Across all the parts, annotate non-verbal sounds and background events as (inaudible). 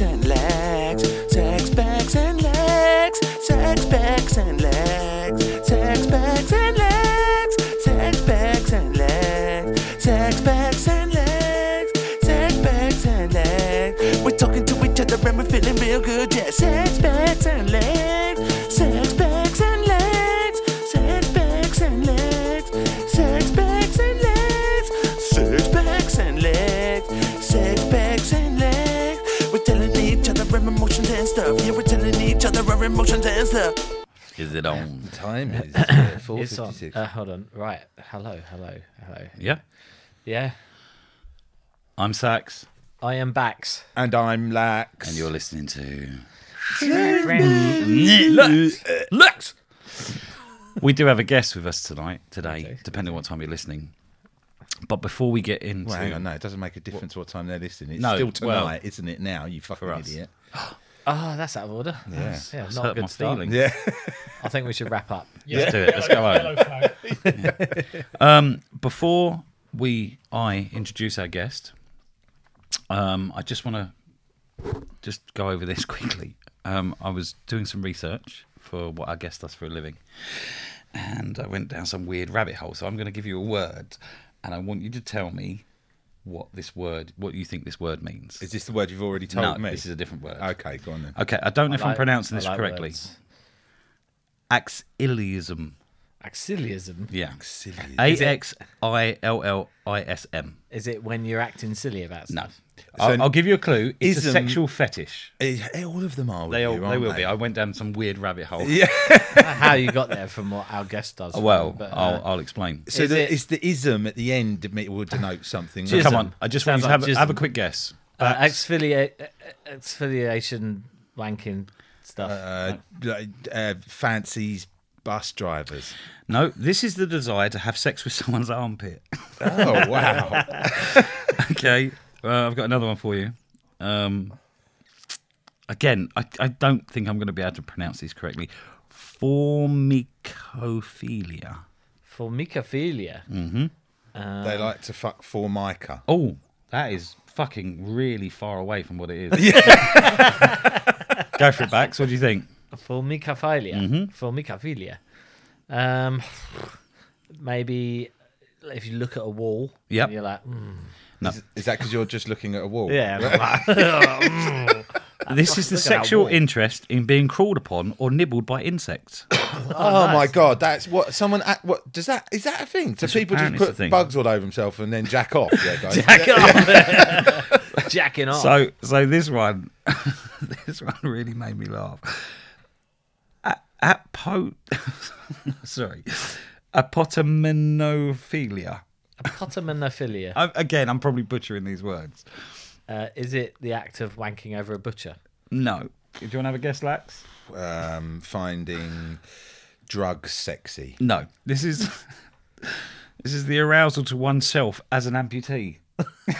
and legs, sex bags and legs, sex bags and legs, sex bags and legs, sex bags and legs, sex bags and legs, sex bags and legs. We're talking to each other and we're feeling real good, yeah. Sex bags and legs, sex bags and legs, sex bags and legs, sex bags and legs, sex bags and legs, sex bags and legs. We're telling each other our emotions and stuff. Yeah, we're telling each other our emotions and stuff. Is it on? Time (coughs) is uh, four It's on. fifty-six. Uh, hold on. Right. Hello. Hello. Hello. Yeah. Yeah. I'm Sax, I am Bax. And I'm lax. and you're listening to. Ah, Lux. Lux. We do have a guest with us tonight, today, Okay. depending on what time you're listening. But before we get into, Well, hang on, no, it doesn't make a difference what, time they're listening. It's No, still well, tonight, isn't it? Now you fucking us. idiot. Oh, that's out of order. Yeah. Yeah. That's Not hurt my good feelings. feeling. Yeah, I think we should wrap up. let's do it. Let's go home. Yellow flag. (laughs) Before we, I introduce our guest, um, I just want to just go over this (laughs) quickly. Um, I was doing some research for what our guest does for a living, and I went down some weird rabbit hole. So I'm going to give you a word, and I want you to tell me what this word, what you think this word means. (laughs) is this the word you've already told no, me? this is a different word. Uh, Okay, go on then. Okay, I don't know (laughs) if I'm Like- pronouncing I this like correctly. words. Axillism. Axillism. Yeah. Silly. A X I L L I S M. Is it when you're acting silly about No. stuff? I'll, I'll give you a clue. It's a ism- sexual fetish. Eh, all of them are. With They, all, you, they aren't will be. I went down some weird rabbit hole. Yeah. I don't know how you got there from what our guest does. (laughs) Oh, Well, but, uh, I'll, I'll explain. So Is the, it- it's the ism at the end that may- will denote something. So come jism. on. I just want Sounds you to like have, a- have a jism. quick guess. uh, That's- exfilia- uh, exfiliation, wanking stuff. Uh, like, uh, fancies bus (laughs) drivers. no, this is the desire to have sex with (laughs) someone's armpit. Oh wow! okay. Uh, I've got another one for you. Um, again, I, I don't think I'm going to be able to pronounce these correctly. Formicophilia. Formicophilia. they like to fuck Formica. Oh, that is fucking really far away from what (laughs) it is. (laughs) Go for it, Bax. What do you think? Formicophilia. Mm-hmm. Formicophilia. Um, maybe if you look at a wall, Yep. and you're like, mm. Is, is that because you're just looking at a wall? (laughs) yeah, I'm like, This is the look at that sexual wall. interest in being crawled upon or nibbled by insects. Oh, my god, that's what someone. a- What does that? Is that a thing? Do people just apparently it's a put thing. bugs all over themselves and then jack off? Yeah, guys. jack off. (laughs) jacking off. So, so this one, (laughs) this one really made me laugh. At po, (laughs) sorry, apotomenophilia. Potamonophilia. I'm, again, I'm probably butchering these words. Uh, is it the act of wanking over a butcher? No. Do you want to have a guess, Lax? um, finding drugs sexy. No. This is (laughs) this is the arousal to oneself as an amputee.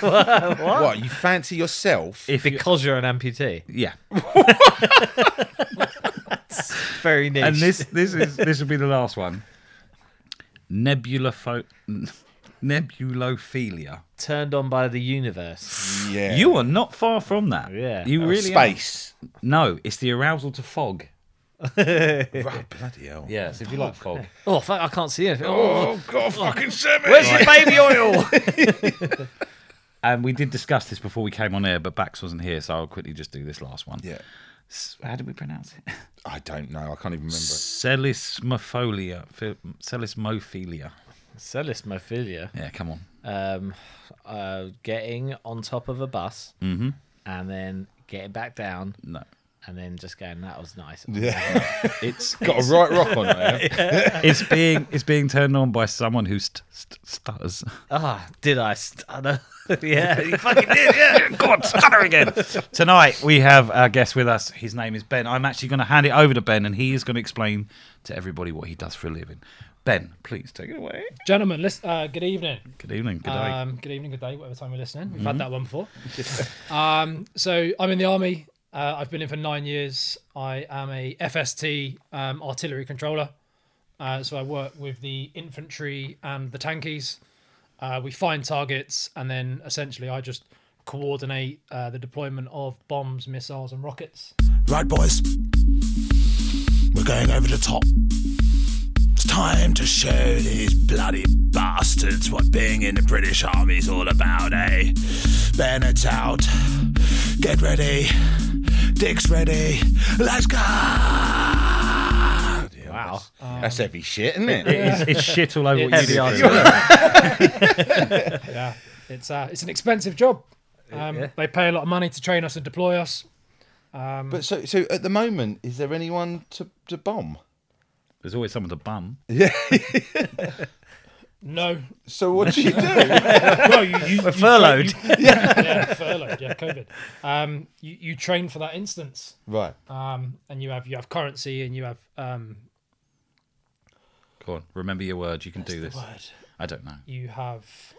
What? you fancy yourself? If you- Because you're an amputee. yeah. Very niche. And this this is this will be the last one. Nebulopho- nebulophilia. Turned on by the universe. yeah. You are not far from that. Yeah. You Oh, really space. are. No, it's the arousal to fog. Right, bloody hell. Yeah, so if you like fog. Oh, fuck, I can't see anything. Oh god, fucking semi. Where's your baby (laughs) oil? And we did discuss this before we came on air, but Bax wasn't here, so I'll quickly just do this last one. Yeah. S- How did we pronounce it? I don't know. I can't even remember. (laughs) Celismophilia. Phi- Celismophilia. Celismophilia. Yeah, come on. Um, uh, getting on top of a bus and then getting back down No. and then just going, that was nice. It's Got a right rock on there. (laughs) it's being it's being turned on by someone who st- st- stutters. Ah, did I stutter? (laughs) yeah. you fuck- Fucking did, yeah. Go on, stutter again. Tonight we have our guest with us. His name is Ben. I'm actually going to hand it over to Ben, and he is going to explain to everybody what he does for a living. Ben, please take it away. Gentlemen, listen, uh, good evening. Good evening. Good day. Mm-hmm. Um, good evening, good day, whatever time you're listening. We've had that one (laughs) before. um, so I'm in the army. Uh, I've been in for nine years. I am a FST um, artillery controller. Uh, so I work with the infantry and the tankies. Uh, we find targets, and then essentially I just coordinate uh, the deployment of bombs, missiles, and rockets. Right, boys. We're going over the top. It's time to show these bloody bastards what being in the British Army's all about, eh? Bayonets out. Get ready. Dicks ready. Let's go! Wow. That's heavy shit, isn't it? It's, it's shit all over what It's- you do. Heavy Chris. Yeah, it's uh, it's an expensive job. Um, They pay a lot of money to train us and deploy us. But so, so at the moment, is there anyone to, to bomb? There's always someone to bum. No, So what do you do? well, you, (laughs) you, you furloughed. train- you- yeah. (laughs) furloughed. Yeah, COVID. Um, you, you train for that instance, right. um, and you have you have currency and you have um, Go on, remember your words. You can do this. word. I don't know. You Uh, have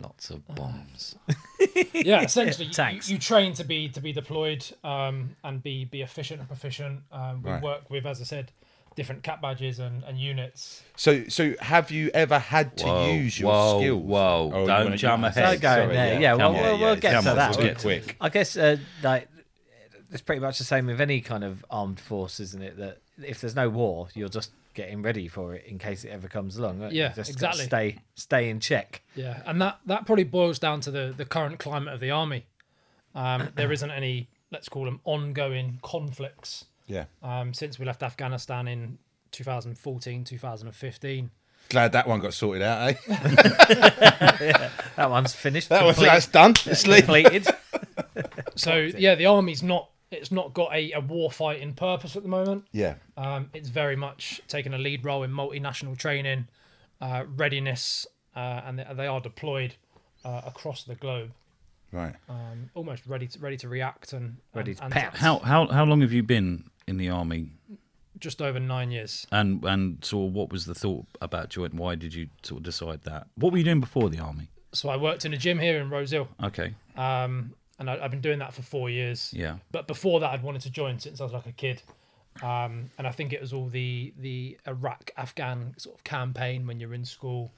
Lots of bombs. (laughs) yeah. Essentially, you- you, Tanks. you train to be to be deployed um, and be be efficient and proficient. Um, we Right. work with, as I said, different cat badges and, and units. So, so have you ever had to Whoa, use your whoa, skills? whoa, you don't wanna jam do that? ahead. Don't go in Sorry, there. Yeah, well, Come on. we'll, we'll yeah, get come to on, that. let's one. get to it. I guess uh, like it's pretty much the same with any kind of armed force, isn't it? That if there's no war, you're just getting ready for it in case it ever comes along. aren't you? Yeah, You just gotta exactly. Stay stay in check. Yeah, and that that probably boils down to the the current climate of the army. (clears throat) Um, there isn't any let's call them ongoing conflicts Yeah. um, since we left Afghanistan in 2014 2015. Glad that one got sorted out, eh? That one's (laughs) finished. That was, complete- that's done. It's leaked. completed. So yeah, the army's not it's not got a, a war fighting purpose at the moment. Yeah. Um, it's very much taking a lead role in multinational training, uh, readiness, uh, and they, they are deployed uh, across the globe, Right. um, almost ready to ready to react and Ready to (laughs) and, pounce. How how how long have you been in the army? just over nine years. And and sort of what was the thought about joint? Why did you sort of decide that? What were you doing before the army? So I worked in a gym here in Rosehill, Okay, um, and I, I've been doing that for four years. yeah, But before that, I'd wanted to join since I was like a kid, um, and I think it was all the the Iraq Afghan sort of campaign when you're in school.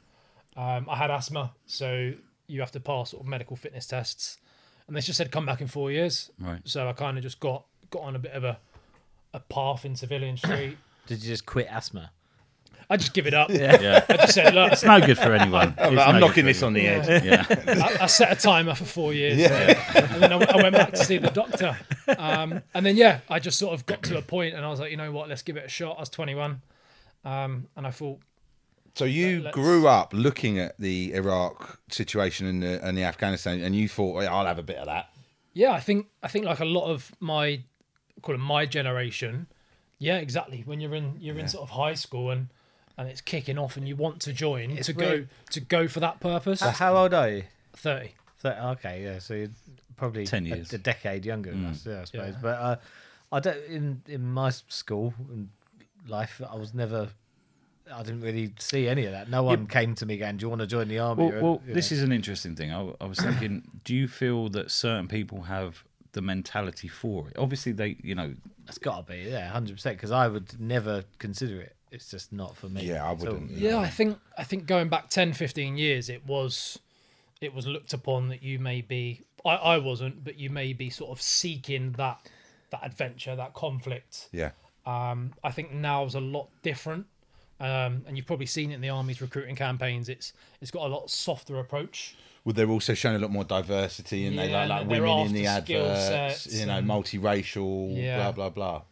Um, I had asthma, so you have to pass sort of medical fitness tests, and they just said come back in four years. right. So I kind of just got got on a bit of a a path in civilian street. Did you just quit asthma? I just give it (laughs) up. Yeah. I just said look, It's no good for (laughs) anyone. It's no I'm good knocking for this on the edge. anyone. Yeah, I, I set a timer for four years, and then I, went- I went back to see the doctor. Um, and then yeah, I just sort of got to a point, and I was like, you know what, let's give it a shot. I was 21, um, and I thought, So you Let's- grew up looking at the Iraq situation and the, and the Afghanistan, and you thought, "Well, I'll have a bit of that. yeah, I think I think like a lot of my call it my generation, yeah, exactly. When you're in you're in sort of high school and and it's kicking off, and you want to join to go weird. to go for that purpose. How old are you? 30. So, okay, yeah. So you're probably 10 a- years. Mm. a, decade younger than us, yeah, I suppose. Yeah. But uh, I don't in in my s- school and life, I was never. I didn't really see any of that. No one came to me going, "Do you want to join the army?" well, or- well you this know. is an interesting thing. I, I was thinking, do you feel that certain people have the mentality for it? Obviously, they, you know, it's got to be yeah, hundred percent. Because I would never consider it. It's just not for me. Yeah, I at all. wouldn't. Yeah, I think I think going back 10, 15 years, it was it was looked upon that you may be I, I wasn't, but you may be sort of seeking that that adventure, that conflict. Yeah, Um, I think now is a lot different. Um, and you've probably seen it in the army's recruiting campaigns. It's it's got a lot softer approach. well, they're also showing a lot more diversity, and they Yeah, like, like and they're women in the after skill adverts, sets you know, multiracial, Yeah. blah blah blah.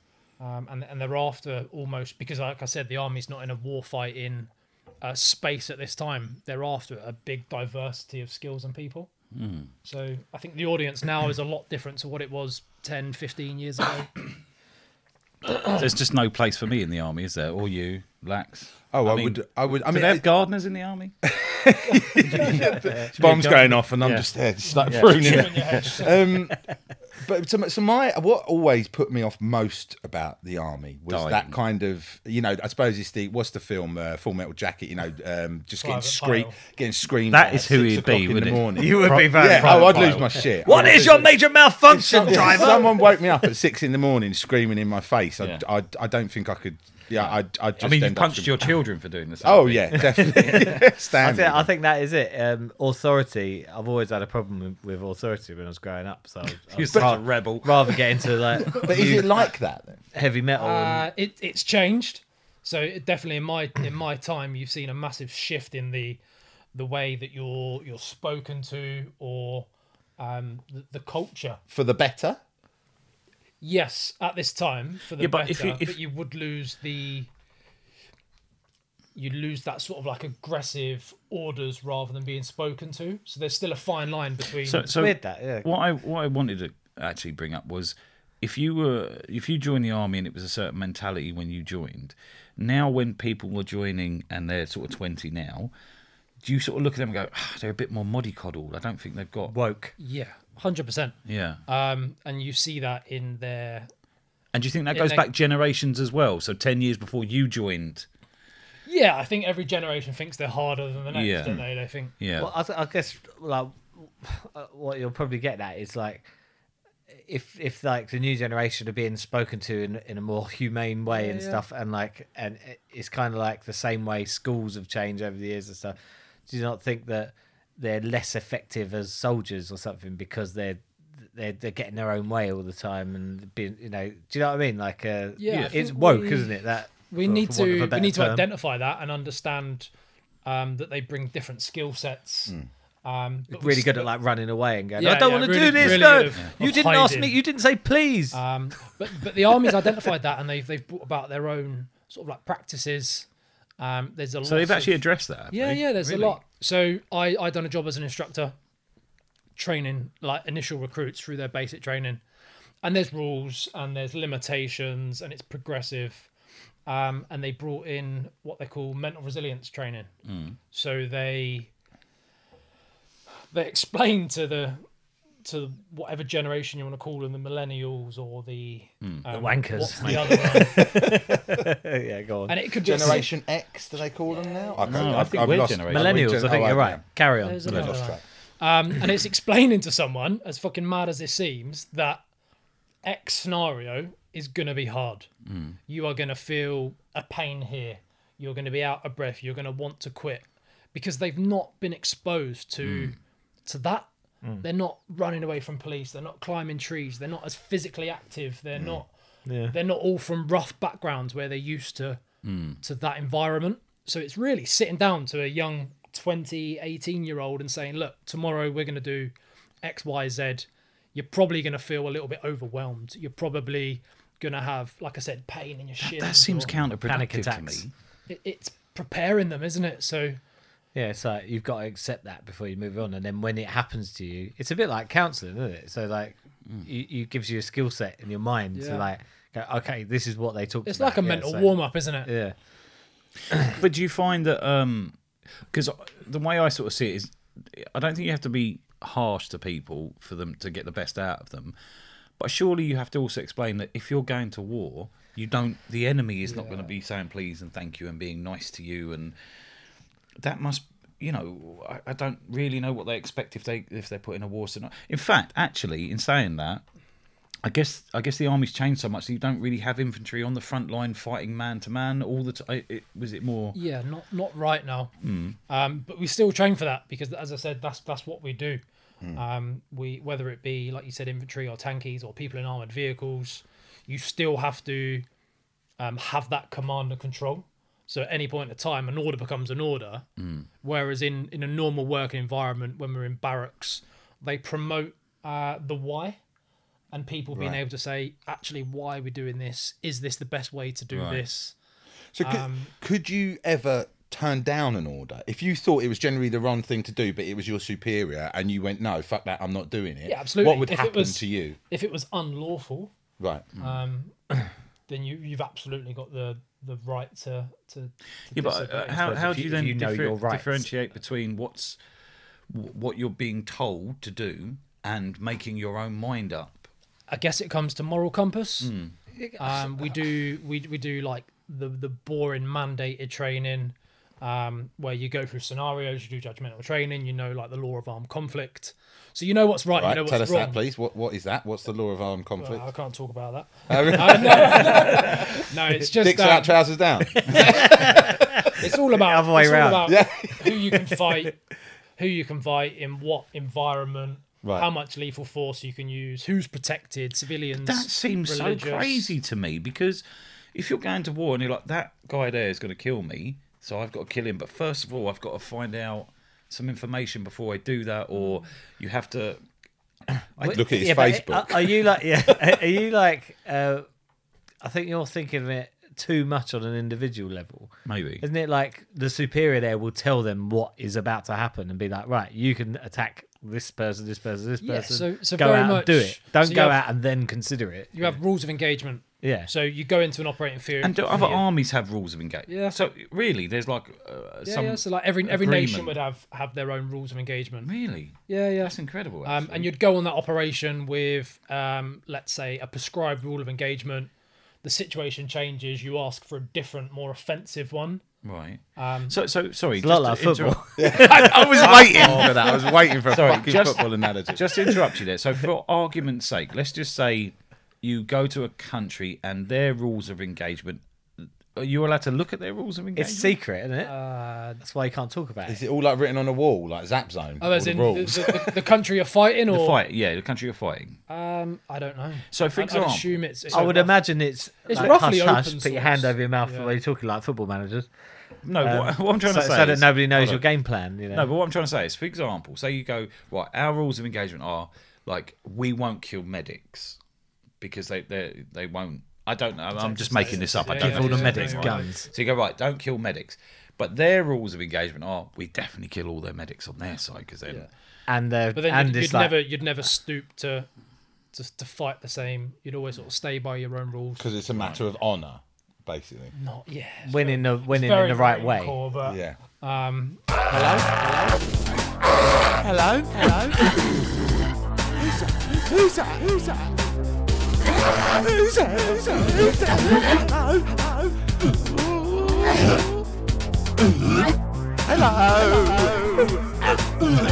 um, and and they're after almost because, like I said, the army's not in a warfighting uh, space at this time. They're after a big diversity of skills and people. So I think the audience now is a lot different to what it was 10, 15 years ago. there's just no place for me in the army, is there? Or you, Lax? Oh, I, mean, would, I would. I do mean, they have it- gardeners in the army? bombs going off, and I'm Yeah. just there, just like pruning it. When you're head- um, but so, my- so my what always put me off most about the army was Dying. that kind of you know I suppose it's the what's the film uh, Full Metal Jacket you know um, just getting Private screamed Pyle. getting screamed That at is at who six he'd be, o'clock in the wouldn't it? morning. You would be very. yeah oh, proud I'd of lose it. my shit What I'd (laughs) is lose your it. major malfunction, If driver? someone woke me up at six in the morning screaming in my face I, Yeah. I, I don't think I could Yeah, I, I just I mean, you end up punched with- (laughs) your children for doing this. (laughs) Oh yeah, (laughs) definitely. I Stand. think, I think that is it. Um, authority. I've always had a problem with, with authority when I was growing up, so I (laughs) you're would such a rebel. rather get into like But is it like that then? heavy metal. and, Uh, it, it's changed. So it, definitely in my in my time, you've seen a massive shift in the the way that you're you're spoken to or um, the, the culture. For the better? Yes, at this time for the Yeah, better, but but if you, you- if- would lose the you lose that sort of like aggressive orders rather than being spoken to. So there's still a fine line between. So, so weird that, yeah. What I what I wanted to actually bring up was if you were if you joined the army and it was a certain mentality when you joined, now when people are joining and they're sort of twenty now, do you sort of look at them and go, "Ah, they're a bit more muddy-coddled. I don't think they've got woke. yeah, hundred percent. Yeah, Um, and you see that in their and do you think that it goes may- back generations as well? So ten years before you joined, yeah. I think every generation thinks they're harder than the next, Yeah. don't they? They think yeah, well, I, th- I guess like what you'll probably get at is like if if like the new generation are being spoken to in in a more humane way and stuff, and like and it- it's kind of like the same way schools have changed over the years and stuff. Do you not think that they're less effective as soldiers or something because they're they're, they're getting their own way all the time and being you know do you know what I mean like uh, Yeah, I it's think woke we- isn't it that we for- need for want of a to we better need to term. identify that and understand um, that they bring different skill Mm. sets. Um, but we really good still- at like running away and going, Yeah, I don't yeah, want to really- do this. really no, good of- you of didn't ask hiding. me. You didn't say please. Um, but but the army's identified that, and they've they've brought about their own sort of like practices. Um, there's a lot. so they've actually of, addressed that. have yeah they? yeah. There's Really? a lot. So I I done a job as an instructor, training like initial recruits through their basic training, and there's rules and there's limitations and it's progressive. Um, and they brought in what they call mental resilience training. Hmm. So they they explain to the to whatever generation you want to call them, the millennials or the, Hmm. um, wankers. what's the other one? yeah, go on. And it (laughs) could be a- Generation X, do they call them now? I, No, I think we're generation. Millennials, I gen- think oh, you're right, right. Carry on. There's another lost one. track. Um, and it's explaining to someone, as fucking mad as this seems, that X scenario is gonna be hard. You are gonna feel a pain here. You're gonna be out of breath. You're gonna want to quit because they've not been exposed to to that. They're not running away from police. They're not climbing trees. They're not as physically active. They're not. They're not all from rough backgrounds where they're used to Mm. to that environment. So it's really sitting down to a young 20, 18 year old and saying, look, tomorrow we're going to do X, Y, Z. You're probably going to feel a little bit overwhelmed. You're probably going to have, like I said, pain in your shins. That seems or- counterproductive to attacks. me. It- It's preparing them, isn't it? So Yeah, it's like you've got to accept that before you move on, and then when it happens to you, it's a bit like counselling, isn't it? So like, you, you gives you a skill set in your mind to Mm. Yeah. like, go, okay, this is what they talked. it's about. like a Yeah, mental so- warm up, isn't it? Yeah, But do you find that um 'cause because the way I sort of see it is, I don't think you have to be harsh to people for them to get the best out of them. But surely you have to also explain that if you're going to war, you don't. The enemy is not going to be saying please and thank you and being nice to you, and that must. You know, I, I don't really know what they expect if they if they're put in a war scenario. In fact, actually, in saying that, I guess I guess the army's changed so much that you don't really have infantry on the front line fighting man to man all the time. It, was it more Yeah, not not right now. Um, but we still train for that because, as I said, that's that's what we do. Um, we whether it be like you said, infantry or tankies or people in armored vehicles, you still have to um, have that command and control. So at any point in time, an order becomes an order. Whereas in in a normal working environment, when we're in barracks, they promote uh, the why. And people being able to say, actually, why are we doing this? Is this the best way to do this? So could, Um, could you ever turn down an order if you thought it was generally the wrong thing to do, but it was your superior and you went, "No, fuck that, I'm not doing it." Yeah, absolutely. What would If it happen was- Uh, to you? If it was unlawful, Right. then you you've absolutely got the the right to to, to Yeah, but disobey. uh, how, suppose how if do you- you if then you know differ- your rights. differentiate between what's wh- what you're being told to do and making your own mind up? I guess it comes to moral compass. Hmm. Um, we do we we do like the the boring mandated training. um, where you go through scenarios, you do judgmental training, you know like the law of armed conflict, so you know what's right, Right, you know what's tell us wrong. that, please. What what is that? What's the law of armed conflict? I can't talk about that. Oh, (laughs) really? (laughs) No, it's just Dicks um, out, trousers (laughs) (laughs) down. it's all about other way it's all round. about Yeah. who (laughs) you can fight, who you can fight in what environment, Right. how much lethal force you can use, who's protected, civilians. That seems religious. so crazy to me because if you're going to war and you're like, that guy there is going to kill me, so I've got to kill him. But first of all, I've got to find out some information before I do that, or you have to. Look at his Yeah, but it- Facebook. Are, are you like yeah? Are you like? Uh, I think you're thinking of it too much on an individual level, Maybe. isn't it? Like the superior there will tell them what is about to happen and be like, right, you can attack this person, this person, this person. Yeah, so- so go very out and do much- it. Don't so you go have- out and then consider it. You have rules of engagement. Yeah. So you go into an operating theory. And do other armies have rules of engagement? Yeah. So really, there's like uh, yeah, some. yeah, so like every every nation agreement. would have have their own rules of engagement. Really, Yeah, yeah. that's incredible. Um, and you'd go on that operation with, um, let's say, a prescribed rule of engagement. The situation changes. You ask for a different, more offensive one. right. so so sorry. It's not like just to football. interrupt- (laughs) I was waiting for that. I was waiting for a (laughs) Sorry, fucking just- football analogy. (laughs) just to interrupt you there. So, for argument's sake, let's just say you go to a country and their rules of engagement. Are you allowed to look at their rules of engagement? It's secret, isn't it? Uh, That's why you can't talk about Is it. it all like written on a wall, like Zap Zone? Oh, all as the in the, rules. (laughs) the, the, the country you're fighting, or fight. Yeah, (laughs) the country you're fighting. um, I don't know. So, for I'd- example, I'd assume it's. it's I would a- imagine it's, It's like, roughly hush, hush, open put your source. hand over your mouth Yeah. while you're talking like football managers, no. what, what I'm so, trying to say so that is- nobody knows Hold your on. game plan. You know, No, but what I'm trying to say is, for example, say you go right. Our rules of engagement are like we won't kill medics because they they they won't. I don't know. I'm just making this up. I Yeah, don't yeah, know all the this is medics right. guns. So you go right, don't kill medics. But their rules of engagement are we definitely kill all their medics on their side because then And uh, But then and you'd, it's you'd like, never you'd never stoop to, to to fight the same. You'd always sort of stay by your own rules. Because it's a matter of honour, basically. Not yeah. it's winning the winning very Um, in the right way. hardcore, but Yeah. Hello? Hello? Who's that? Who's that? Who's that? Who's that? Who's that? Hello? Hello? Hello? Hello?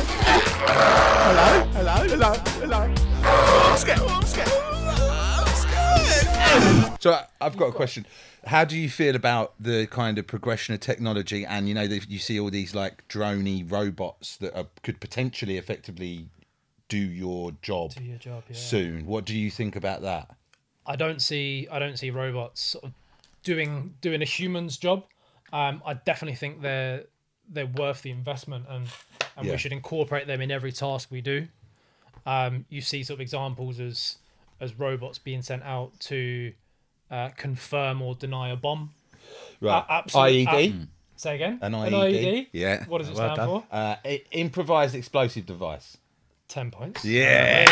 Hello? Hello? Hello? I'm scared. I'm scared. I'm scared. So I- I've got a question. How do you feel about the kind of progression of technology? And you know, that you see all these like droney robots that are, could potentially effectively do your job, your job, yeah. soon. What do you think about that? I don't see I don't see robots sort of doing doing a human's job. Um, I definitely think they're they're worth the investment, and and Yeah. we should incorporate them in every task we do. Um, you see sort of examples as as robots being sent out to uh, confirm or deny a bomb. Right. E A- absolute- IED, Say again. An An IED. IED? Yeah. What does it Well stand done. for? uh, i- improvised explosive device. Ten points. Yeah.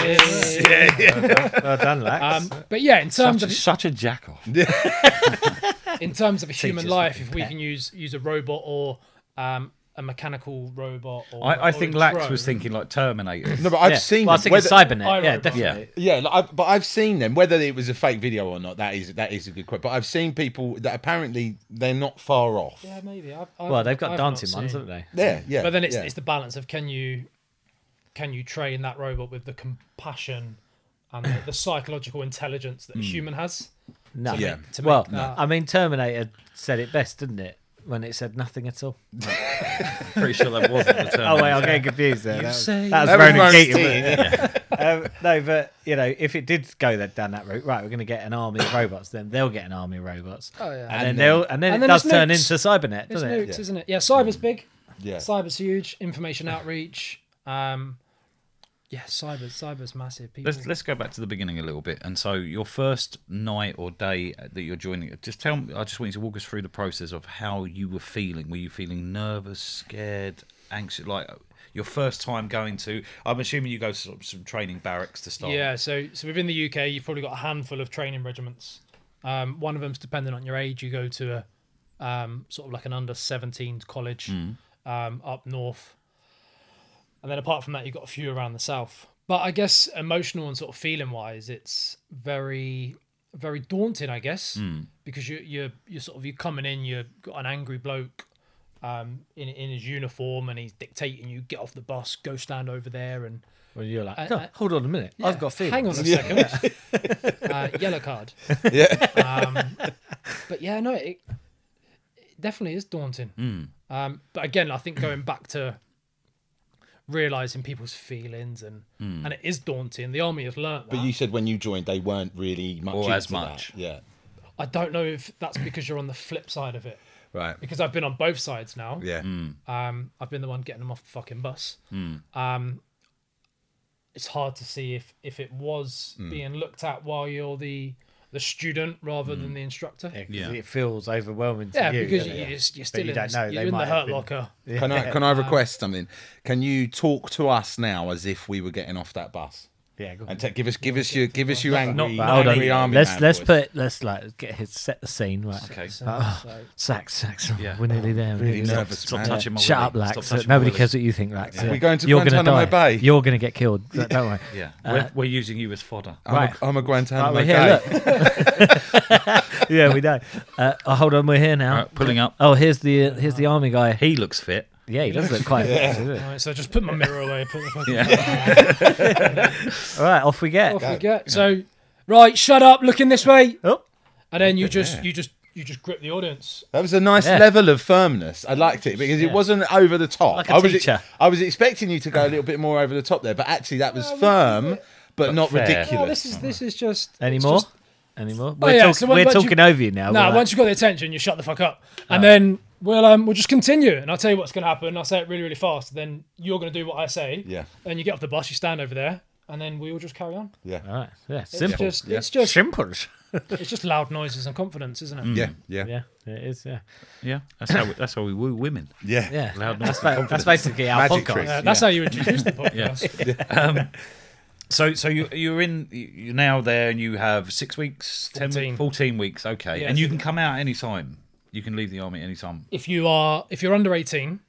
Well done, Lax. Um, but yeah, in terms such, of a, such a jack off. in terms of a human Teacher's life, fucking if we pet. can use use a robot or um, a mechanical robot, or I, I or think a Lax drone, was thinking like Terminator. No, but I've yeah. seen. Well, I them. think it's Whether- Cybernet. Yeah, iRobot. definitely. Yeah, like, I've, but I've seen them. Whether it was a fake video or not, that is that is a good question. But I've seen people that apparently they're not far off. Yeah, Yeah, maybe. I've, Well, they've got I've not dancing ones, seen. haven't they? yeah. But then it's yeah. it's the balance of can you can you train that robot with the compassion and the, the psychological intelligence that a human has? No. Yeah. to Well, make that- I mean, Terminator said it best, didn't it? When it said nothing at all. Pretty sure that wasn't the (laughs) Oh wait, Terminator. I'm getting confused there. That was, say- that was That was Ronan Ronan Keating, Keating, wasn't it? (laughs) um, no, but you know, if it did go that down that route, right? We're going to get an army of robots. Then they'll get an army of robots. Oh yeah. And, then And they'll and then and it then does it's turn nukes. into Cybernet, Uh, It's doesn't it? nukes, isn't it? Yeah, cyber's big. Yeah. Cyber's huge. Information outreach. Um, yeah, cyber cyber's massive. People. Let's let's go back to the beginning a little bit. And so your first night or day that you're joining, just tell me. I just want you to walk us through the process of how you were feeling. Were you feeling nervous, scared, anxious? Like your first time going to? I'm assuming you go to sort of some training barracks to start. Yeah, so so within the UK, you've probably got a handful of training regiments. Um, one of them's dependent on your age. You go to a um, sort of like an under 17s college um, up north, and then apart from that, you've got a few around the south. But I guess emotional and sort of feeling wise, it's very very daunting, I guess, because you you're you're sort of you're coming in, you've got an angry bloke um, in in his uniform, and he's dictating you get off the bus, go stand over there, and Well, you're like, I- "God, I- hold on a minute. I've got feelings. Hang on (laughs) a second. uh, yellow card. Yeah. Um, but yeah, no, it, it definitely is daunting. Um, but again, I think going back to realizing people's feelings and and it is daunting. The army have learnt that. But you said when you joined, they weren't really much. Or as into that. much. Yeah. I don't know if that's because you're on the flip side of it. Right. Because I've been on both sides now. Yeah. Hmm. Um, I've been the one getting them off the fucking bus. Um, it's hard to see if if it was being looked at while you're the the student rather than the instructor. Yeah, 'cause Yeah. It feels overwhelming to Yeah, you. because doesn't you- it? You're, you're still you in, don't this- know, they you're in might the have hurt been- locker. Can I can I request something? Can you talk to us now as if we were getting off that bus Yeah, go on. and ta- give us give us your give us your angry, bad. Hold angry on. army Let's man let's voice. put let's like get his set the scene right. Okay. Like, oh, Sax, Sax, oh, Yeah. we're nearly there. really We're nearly nervous, there. Stop man. touching my Shut willy. up, Lax. Stop touching my Nobody willy. cares what you think, Lax. We're going to You're gonna Guantanamo Bay. die. You're going to get killed. Don't don't (laughs) worry. Yeah, Uh, we're, we're using you as fodder. I'm, right. a, I'm a Guantanamo Right, we're here. Bay. Look. (laughs) (laughs) yeah, we know. Uh, oh, hold on, we're here now. Right, pulling up. Oh, here's the uh, here's the Uh-huh. army guy. He looks fit. Yeah, he does look quite. doesn't he? All right, so I just put my mirror away. Put the (laughs) fucking All right, off we get. off we get. So, right, shut up, looking this way, Oh, and then you just you just you just grip the audience. That was a nice Yeah. level of firmness. I liked it because it wasn't over the top. Like a I was teacher. I was expecting you to go a little bit more over the top there, but actually that was firm, but not fair. Oh, ridiculous. this is this is just any it's more? just- Any more? Oh, We're, yeah, talk- so when- we're once you- talking over you now. No, we're like- once you got the attention, you shut the fuck up, and then we'll um we'll just continue, and I'll tell you what's gonna happen. I'll say it really really fast. Then you're gonna do what I say. Yeah. Then you get off the bus, you stand over there, and then we all just carry on. yeah. All right. Yeah, It's simple. just it's just Simple. it's just loud noises and confidence, isn't it? yeah, yeah, Hmm. Yeah, it is. Yeah, Yeah, that's how we, that's how we woo women. yeah, yeah. Loud that's, noise. ba- that's basically our Magic podcast. trick. Uh, that's how you introduce the (laughs) (laughs) podcast. Um, So so you you're in you're now there and you have six weeks, 10, 14. 14. weeks. Okay, Yeah, and you so- can come out any time. You can leave the army any time. if you are if you're under 18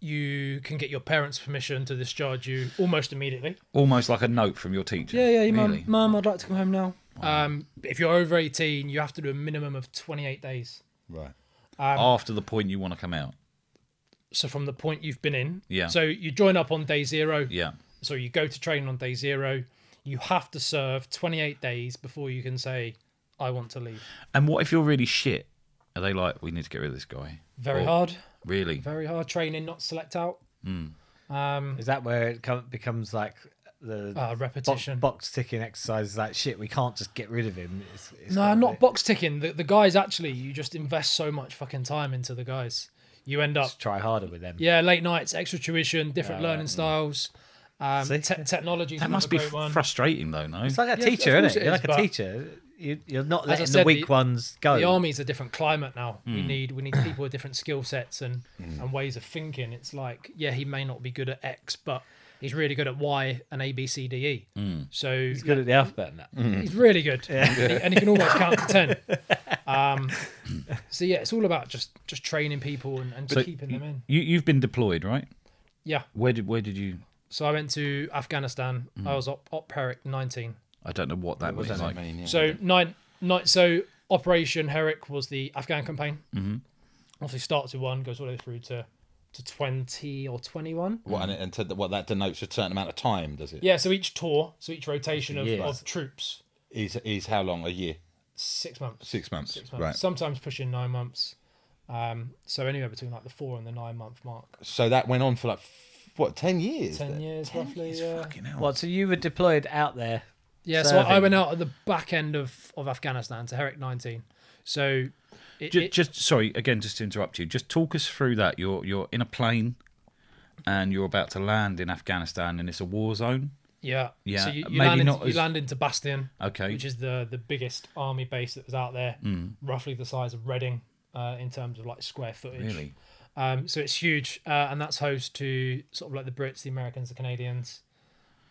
you can get your parents permission to discharge you almost immediately Almost like a note from your teacher. yeah yeah your really. mum mum i'd like to come home now um if you're over 18 you have to do a minimum of 28 days Right. After the point you want to come out. so from the point you've been in Yeah. so you join up on day zero Yeah. so you go to training on day zero you have to serve 28 days before you can say i want to leave And what if you're really shit? Are they like we need to get rid of this guy? very Or- hard Really? very hard training not select out um Is that where it com- becomes like the uh, bo- repetition box ticking exercise? Like shit, we can't just get rid of him. It's, it's No, gotta not be- box ticking. The, the guys actually, you just invest so much fucking time into the guys. You end up, Just try harder with them. yeah, late nights, extra tuition, different learning styles, um, See? te- technology. That must be great one. frustrating though, no? It's like a Yeah, of teacher, course isn't it? it You're is, like but- a teacher. You, you're not As I letting said, the weak the- ones go. the army's a different climate now. We need we need people with different skill sets and and ways of thinking. It's like, yeah, he may not be good at X, but he's really good at Y and A B C D E. So He's good at the alphabet. Now. He's really good, and, he, and he can almost count (laughs) to ten. Um, so yeah, it's all about just just training people and, and So keeping them in. You you've been deployed, right? Yeah. Where did where did you So I went to Afghanistan. I was op, op Herrick nineteen. I don't know what that was like. So nine, nine. So Operation Herrick was the Afghan campaign. Mm-hmm. Obviously starts with one, goes all the way through to to twenty or twenty one. What, and, and to, what that denotes a certain amount of time, does it? Yeah. So each tour, so each rotation of, Yeah. of troops, Is is how long? A year? six months. Six months. Six months. Sometimes pushing nine months. Um, so anywhere between like the four and the nine month mark. Right. So that went on for like f- what ten years? ten then? years roughly. yeah. What? So you were deployed out there. yeah, so I serving. went out at the back end of, of Afghanistan to Herrick 19. So it, Just, it- just sorry again, just to interrupt you. Just talk us through that. You're you're in a plane, and you're about to land in Afghanistan, and it's a war zone. yeah, yeah, So you, maybe you, land, not into, you as- land into Bastion, Okay. Hmm. which is the the biggest army base that was out there, roughly the size of Reading uh, in terms of like square footage. Really? Um, so it's huge, uh, and that's host to sort of like the Brits, the Americans, the Canadians,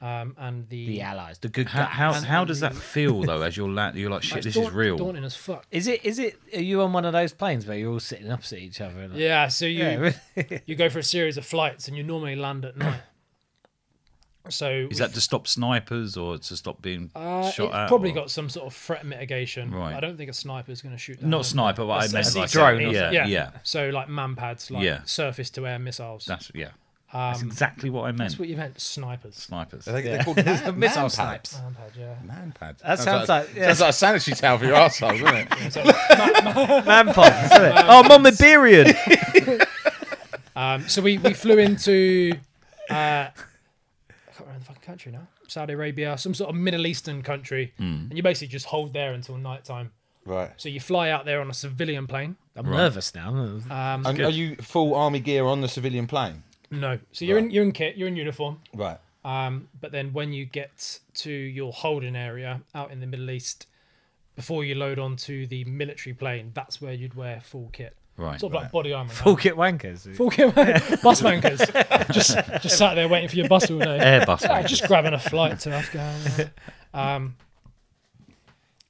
um, and the The allies, the good How guys. how, how does that feel though? As you're land, you're (laughs) like shit. It's This is daunt- real. Daunting as fuck. Is it? Is it? Are you on one of those planes where you're all sitting opposite each other? and like- Yeah, so you Yeah, really. you go for a series of flights and you normally land at night. So Is that to stop snipers or to stop being uh, it's shot at? probably or- got some sort of threat mitigation. Right. I don't think a sniper is going to shoot. (laughs) down not a- sniper, but I a- meant a like drone or Yeah, something. yeah, So like man pads, like Yeah. surface to air missiles. That's yeah. Um, That's exactly what I meant. That's what you meant, snipers. Snipers. I think they're called man, Missile man snipes. Man pad, yeah. Man pad. (laughs) That sounds like- (laughs) yeah. sounds like a sanitary towel for your arsehole, doesn't it? Man pods, isn't (laughs) it? Oh, mum, Iberian. Um, so we, we flew into uh, I can't remember the fucking country now. Saudi Arabia, some sort of Middle Eastern country, Hmm. and you basically just hold there until nighttime. Right. So you fly out there on a civilian plane. I'm nervous now. Um, And are you full army gear on the civilian plane? no, so you're in you're in kit, you're in uniform. Right. Um, but then when you get to your holding area out in the Middle East, before you load onto the military plane, that's where you'd wear full kit, Right. sort of like body armor. Full kit wankers. full kit, (laughs) bus mankers. just just sat there waiting for your bus all day. Airbus. Yeah, just grabbing a flight to Afghan. Um,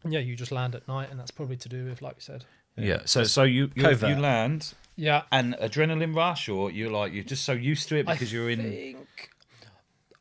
yeah, you just land at night, and that's probably to do with, like you said. yeah. So so you you, you Covert. land Yeah, an adrenaline rush, or you're like you're just so used to it I because you're in. think,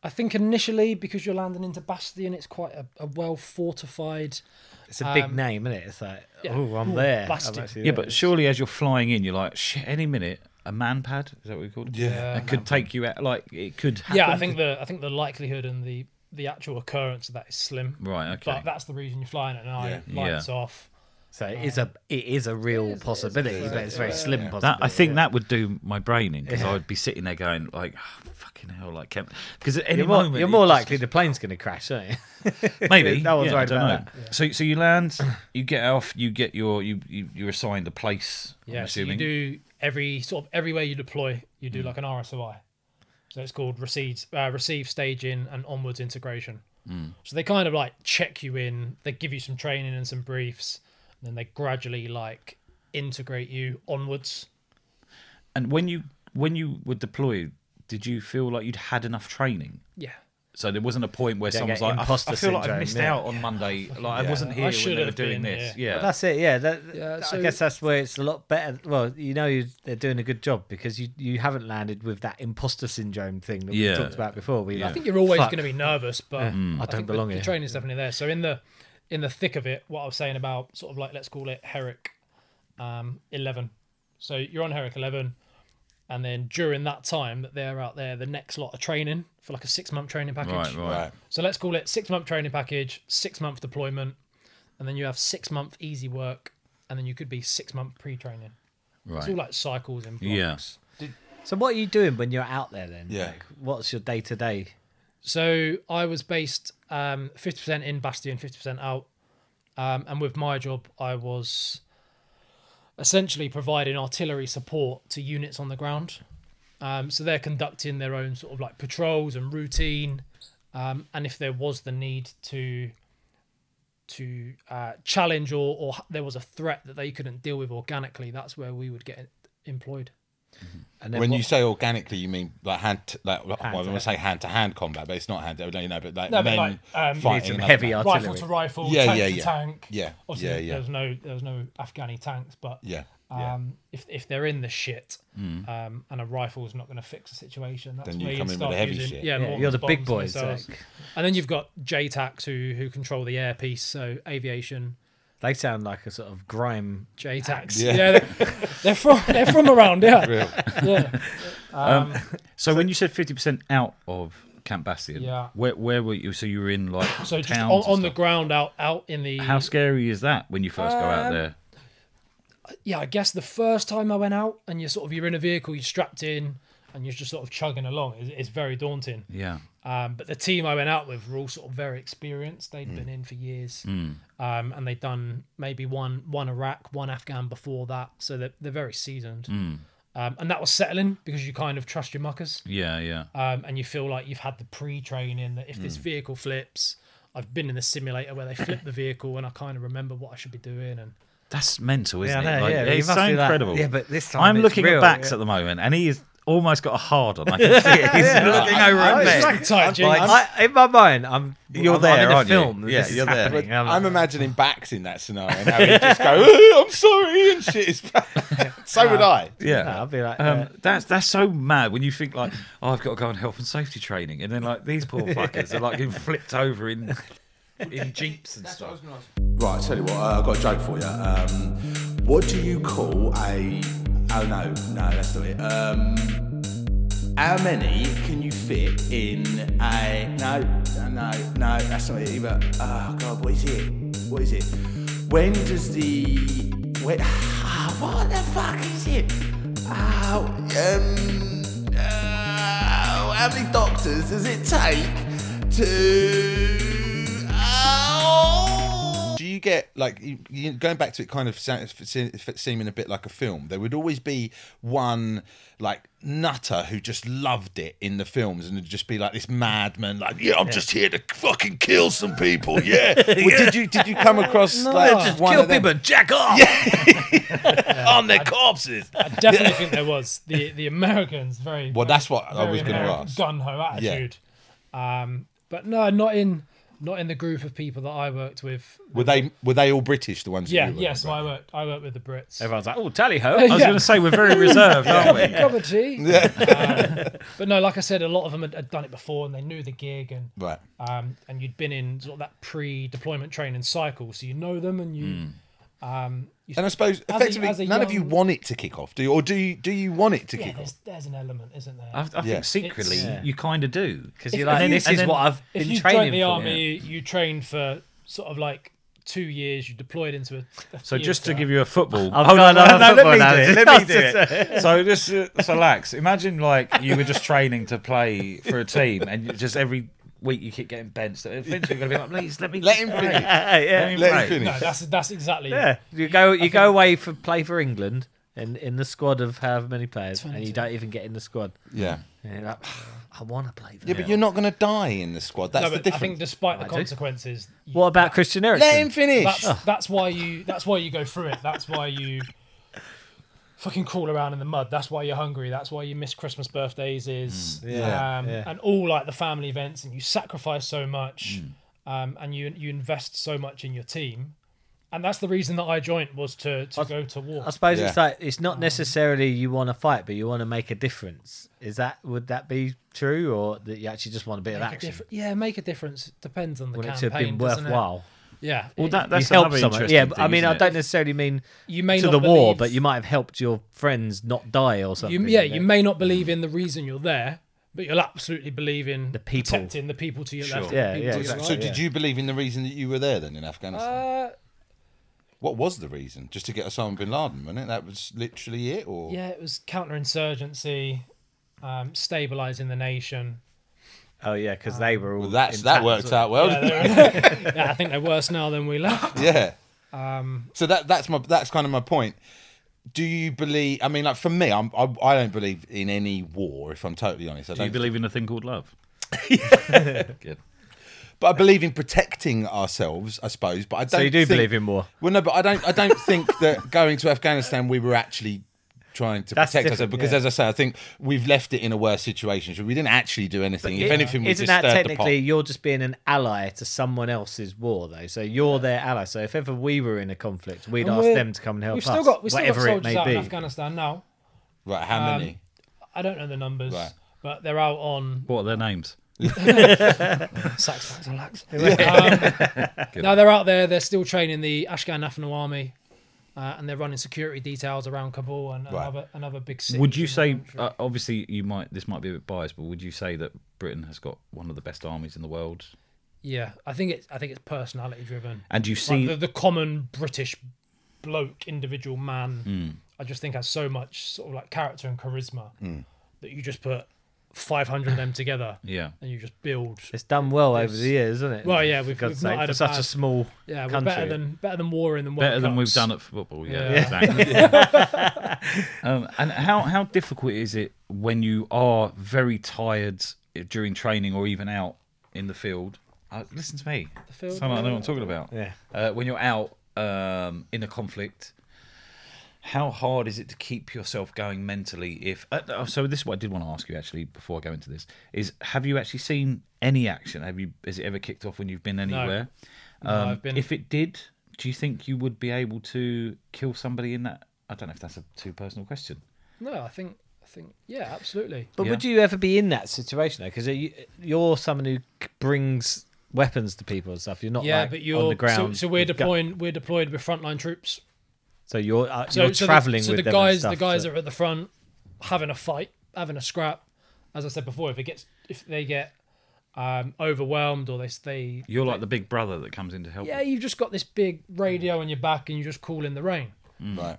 I think initially because you're landing into Basti, and it's quite a, a well fortified. It's a big Um, name, isn't it? It's like, yeah. oh, I'm Ooh, there. I'm busted. actually Yeah, there. but surely as you're flying in, you're like shit. Any minute, a man pad is that what you called? it? Yeah. It could take you out. Like it could. Happen. Yeah, I think the I think the likelihood and the the actual occurrence of that is slim. Right. Okay. But that's the reason you're flying at night. Yeah. Lights Yeah. off. so it is a it is a real possibility, but it's a very slim That possibility. I think that would do my brain in because I would be sitting there going like, oh, "Fucking hell!" Like, because at any you're more, moment you're it more just- likely the plane's going to crash, aren't you? (laughs) Maybe No one's yeah, I worried don't about know. So, so you land, you get off, you get your, you, you you're assigned a place. I'm Yeah, so you assuming. Mm. do every sort of everywhere you deploy, you do like an RSOI. So it's called receive, uh, receive staging and onwards integration. Mm. So they kind of like check you in, they give you some training and some briefs, and then they gradually like integrate you onwards. And when you when you were deployed, did you feel like you'd had enough training? Yeah. So there wasn't a point where Don't someone's get like, I, I feel imposter like I syndrome, missed yeah. out on Monday. Like I wasn't I here when should they were have doing been this. here. Yeah. That's it, yeah. That, I so- guess that's where it's a lot better. Well, you know, you- they're doing a good job because you, you haven't landed with that imposter syndrome thing that Yeah. we talked about before. We, I like, think you're always Fuck. going to be nervous, but I don't think the- belong the, here. training's definitely there. So in the in the thick of it, what I was saying about sort of like let's call it Herrick um, eleven. So you're on Herrick eleven, and then during that time that they're out there, the next lot of training for like a six month training package. Right. Right. Right. So let's call it six month training package, six month deployment, and then you have six month easy work, and then you could be six month pre training. It's all Right. like cycles and blocks. Yeah. so, what are you doing when you're out there then? Yeah. Like, what's your day to day? So I was based um, 50% in Bastion, 50% out. Um, and with my job, I was essentially providing artillery support to units on the ground. Um, so they're conducting their own sort of like patrols and routine. Um, and if there was the need to to uh, challenge or, or there was a threat that they couldn't deal with organically, that's where we would get employed. And When what- you say organically, you mean like hand, to, like well, I to was going to say hand to hand combat, but it's not hand. to No, you know, but like No, but men like, um, you fighting some another heavy man. artillery. Rifle to rifle, Yeah, tank yeah, to yeah. tank. Yeah, Obviously, yeah, yeah. There was no, there was no Afghani tanks, but Yeah. Hmm. Um, if if they're in the shit, um, and a rifle's not going to fix the situation, that's Then you where come you'd in with start the heavy using, shit. Yeah, Yeah, mortars, you're the big bombs, boys. missiles. like, And then you've got JTACs who who control the air piece, so aviation they sound like a sort of grime. JTACs. Yeah. (laughs) Yeah, they're, they're from they're from around here. Real. Yeah. Um, So when you said fifty percent out of Camp Bastion, Yeah. where where were you? So you were in like so just on, towns and on the stuff. ground out out in the How scary is that when you first go Um, out there? yeah, I guess the first time I went out and you're sort of you're in a vehicle, you're strapped in, and you're just sort of chugging along. It's, it's very daunting. Yeah. Um, but the team I went out with were all sort of very experienced. They'd been in for years, um, and they'd done maybe one one Iraq, one Afghan before that, so they're, they're very seasoned. Um, and that was settling because you kind of trust your muckers, Yeah. Yeah. um, and you feel like you've had the pre-training that if this vehicle flips, I've been in the simulator where they flip the vehicle, and I kind of remember what I should be doing. And That's mental, isn't Yeah, it? I know, Like, yeah, you it's must so do that. incredible. Yeah, but this time I'm it's looking real, at backs yeah. at the moment, and he is almost got a hard (laughs) on. I can see it. He's looking over at me. Hang tight, Jinx. like- I, in my mind, I'm You're I'm, there, I'm in a aren't you? film. that Yeah, this is you're there. happening, and I'm, I'm (laughs) like, imagining backs in that scenario. Now he just go, "Oh, I'm sorry, and shit is (laughs) bad. so would I. Yeah. I'll be like, Um, uh, that's that's so mad when you think like, oh, I've got to go on health and safety training, and then like these (laughs) poor fuckers are like getting flipped over in in jeeps and stuff. Right, I tell you what, uh, I've got a joke for you. Um, what do you call a. Oh no, no, that's not it. Um, how many can you fit in a. No, no, no, no, that's not it either. Oh god, what is it? What is it? When does the. When, (laughs) ah, what the fuck is it? Oh, um. Oh, how many doctors does it take to. Oh! Do you get like you, you, going back to it? Kind of sa- f- se- f- seeming a bit like a film. There would always be one like nutter who just loved it in the films, and it'd just be like this madman, like yeah, I'm just here to fucking kill some people. (laughs) Yeah. Well, Did you did you come across like one kill of them? people, jack off. on their corpses? I definitely think there was the the Americans very. Well, that's what I very was going to American ask. Gun ho attitude. Um, but no, not in not in the group of people that I worked with. Were they were they all British? The ones? Yeah, That you were yes, with? I worked. I worked with the Brits. (laughs) Everyone's like, oh, tally ho. I was going to say we're very (laughs) reserved, aren't we? Cup (laughs) of tea. Um, but no, like I said, a lot of them had, had done it before and they knew the gig and Right. um, and you'd been in sort of that pre-deployment training cycle, so you know them and you. Mm. Um, you And I suppose a- effectively, as a none of you young- want it to kick off, do you? Or do you, do you want it to yeah, kick off? there's, there's an element, isn't there? I, I Yeah. think secretly It's- you kind of do. Because you're If like, you- this and is then- what I've if been you training joined for. the army, you trained for sort of like two years. You deployed into a. a So just to theatre. give you a football. Oh, I've got another football now, do then. (laughs) it, Let me do it. So just uh, so lax. Imagine like you were just training to play for a team, and you just every week you keep getting benched. Eventually you're gonna be like, please let me Let him play. finish. yeah. me Let play." him finish. No, that's that's exactly. Yeah, you go you go away for play for England and in the squad of however many players, and you don't even get in the squad. Yeah. And you're like, (sighs) I want to play. For Yeah, them." but you're not going to die in the squad. That's No, the but I difference. think despite the do. consequences, you- What about Christian Eriksen? Let him finish. that's that's why you that's why you go through it. That's why you fucking crawl around in the mud. That's why you're hungry. That's why you miss Christmas birthdays is yeah, um, Mm. yeah. and all like the family events and you sacrifice so much Mm. um, and you you invest so much in your team. And that's the reason that I joined was to, to go to war. I suppose it's Yeah. like it's not necessarily you want to fight, but you want to make a difference. Is that would that be true, or that you actually just want a bit of Make a action? differ- yeah, make a difference. Depends on the Want it campaign. to have been doesn't it? worthwhile. Yeah. Well, that, You that's help another someone. interesting Yeah, but I thing, mean, isn't I it? don't necessarily mean you may to not the war, believe- but you might have helped your friends not die or something. You, yeah, you may not believe in the reason you're there, but you'll absolutely believe in the people. protecting the people to your left. Yeah, the yeah, people to your exactly. so, right. did you believe in the reason that you were there then in Afghanistan? Oh, Uh, what was the reason? Just to get Osama bin Laden, wasn't it? That was literally it, or yeah, it was counterinsurgency, um, stabilizing the nation. Oh yeah, because they were all Well, that's in that tatters, worked wasn't it? out well. Yeah, didn't they're- yeah, I think they're worse now than we Um, (laughs) left. (laughs) it? Yeah. so that that's my that's kind of my point. Do you believe? I mean, like for me, I'm I, I don't believe in any war. If I'm totally honest, I Do don't you believe in a thing called love? (laughs) Good. But I believe in protecting ourselves, I suppose. But I don't. So you do think- believe in war? Well, no, but I don't. I don't think that going to Afghanistan, we were actually trying to That's protect ourselves different, because, yeah. as I say, I think we've left it in a worse situation. So we didn't actually do anything. if Yeah. anything, we just isn't that stirred technically the pot. you're just being an ally to someone else's war though? So you're their ally. So if ever we were in a conflict, we'd And ask we're- them to come and help We've us, still got, we've still got whatever it soldiers may out in be. Afghanistan now. Right? How many? I don't know the numbers, Right. but they're out on What are their names? Sax, sax, (laughs) and lax. Um, no, they're out there. They're still training the Afghan National Army, uh, and they're running security details around Kabul and Right. another another big city. Would you say, uh, obviously, you might? This might be a bit biased, but would you say that Britain has got one of the best armies in the world? Yeah, I think it's I think it's personality driven. And you see, Like the, the common British bloke, individual man, Hmm. I just think has so much sort of like character and charisma that you just put five hundred of them together, Hmm. (laughs) yeah, and you just build. It's done well over the years, isn't it? Well, yeah, we've, For God's we've not sake, had for a such bad- a small yeah, we're country. better than better than warring and World better than we've Cups. done at football. Yeah, Yeah. (laughs) exactly. um, and how how difficult is it when you are very tired during training or even out in the field? Uh, listen to me. The field, Uh, I know what I'm talking about. Yeah. Uh, when you're out um, in a conflict how hard is it to keep yourself going mentally if uh, oh, so this is what i did want to ask you actually before i go into this is have you actually seen any action have you has it ever kicked off when you've been anywhere um, I've been- if it did do you think you would be able to kill somebody in that i don't know if that's a too personal question No, I think I think yeah, absolutely. But Yeah. would you ever be in that situation though? Because you're someone who c- brings weapons to people and stuff. You're not yeah, like, but you're on the So, ground. so we're with gu- deploying. We're deployed with frontline troops. So you're uh, So, you're so traveling the, so with the them guys. and stuff, the guys so- that are at the front having a fight, having a scrap. As I said before, if it gets if they get um, overwhelmed or they they you're like the big brother that comes in to help yeah, you've just got this big radio on your back and you just call in the rain. Mm. Right.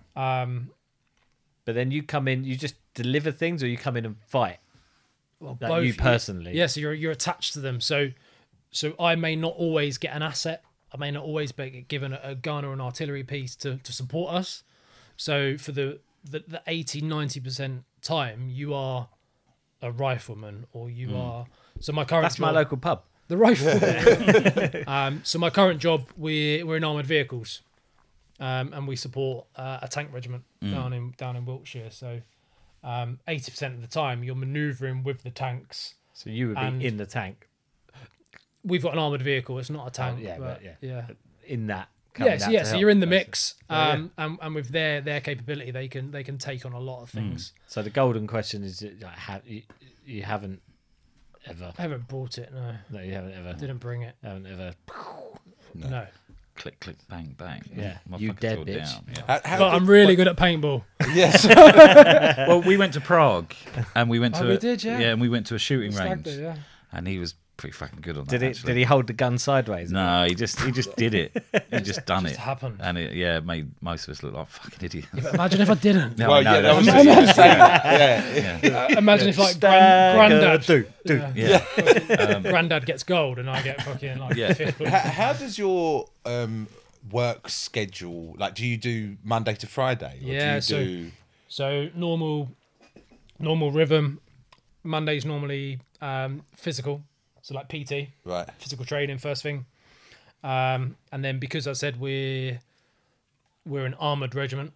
But then you come in, you just deliver things, or you come in and fight. Well, Like you personally. Yeah, so you're you're attached to them. So so I may not always get an asset. I may not always be given a, a gun or an artillery piece to, to support us. So for the, the, the 80, 90% time, you are a rifleman or you are. So my Hmm. current That's my job- local pub. the rifle. um, so my current job, we're we're in armored vehicles, um, and we support uh, a tank regiment Hmm. down in down in Wiltshire. So um, eighty percent of the time, you're manoeuvring with the tanks. (laughs) So you would be And- in the tank We've got an armored vehicle. It's not a tank. yeah, but, but yeah. yeah. in that. coming Yeah, so, out yeah, to so help, you're in the basically. mix, um, and, and with their their capability, they can they can take on a lot of Mm. things. So the golden question is, that, like, have you, you haven't ever, I haven't brought it. No, no, you haven't ever, didn't bring it. haven't ever. No, click click bang bang Yeah. Motherfucker's You dead, all bitch. down. Yeah. How, (laughs) how but did- I'm really good at paintball. Yes. well we went to (laughs) prague and we went Oh, to we a- did, yeah. and we went to a shooting range Stag do, yeah. and he was pretty fucking good on that Did it? actually. Did he hold the gun sideways? No, he just he just did it. (laughs) He just done it. happened. and it yeah made most of us look like fucking idiots. (laughs) Imagine if I (laughs) didn't. No, well, I know, yeah, that's that was just- (laughs) just gonna (laughs) say that. Yeah. Imagine if like grand, granddad, do, do. yeah. (laughs) Um, (laughs) granddad gets gold and I get fucking like Yeah. fifth place. How, how does your um, work schedule? Like, do you do Monday to Friday? Or Yeah, Do so- you do, So normal, normal rhythm. Monday's normally um, physical, so like PT, right. physical training first thing, um, and then because I said we're we're an armored regiment,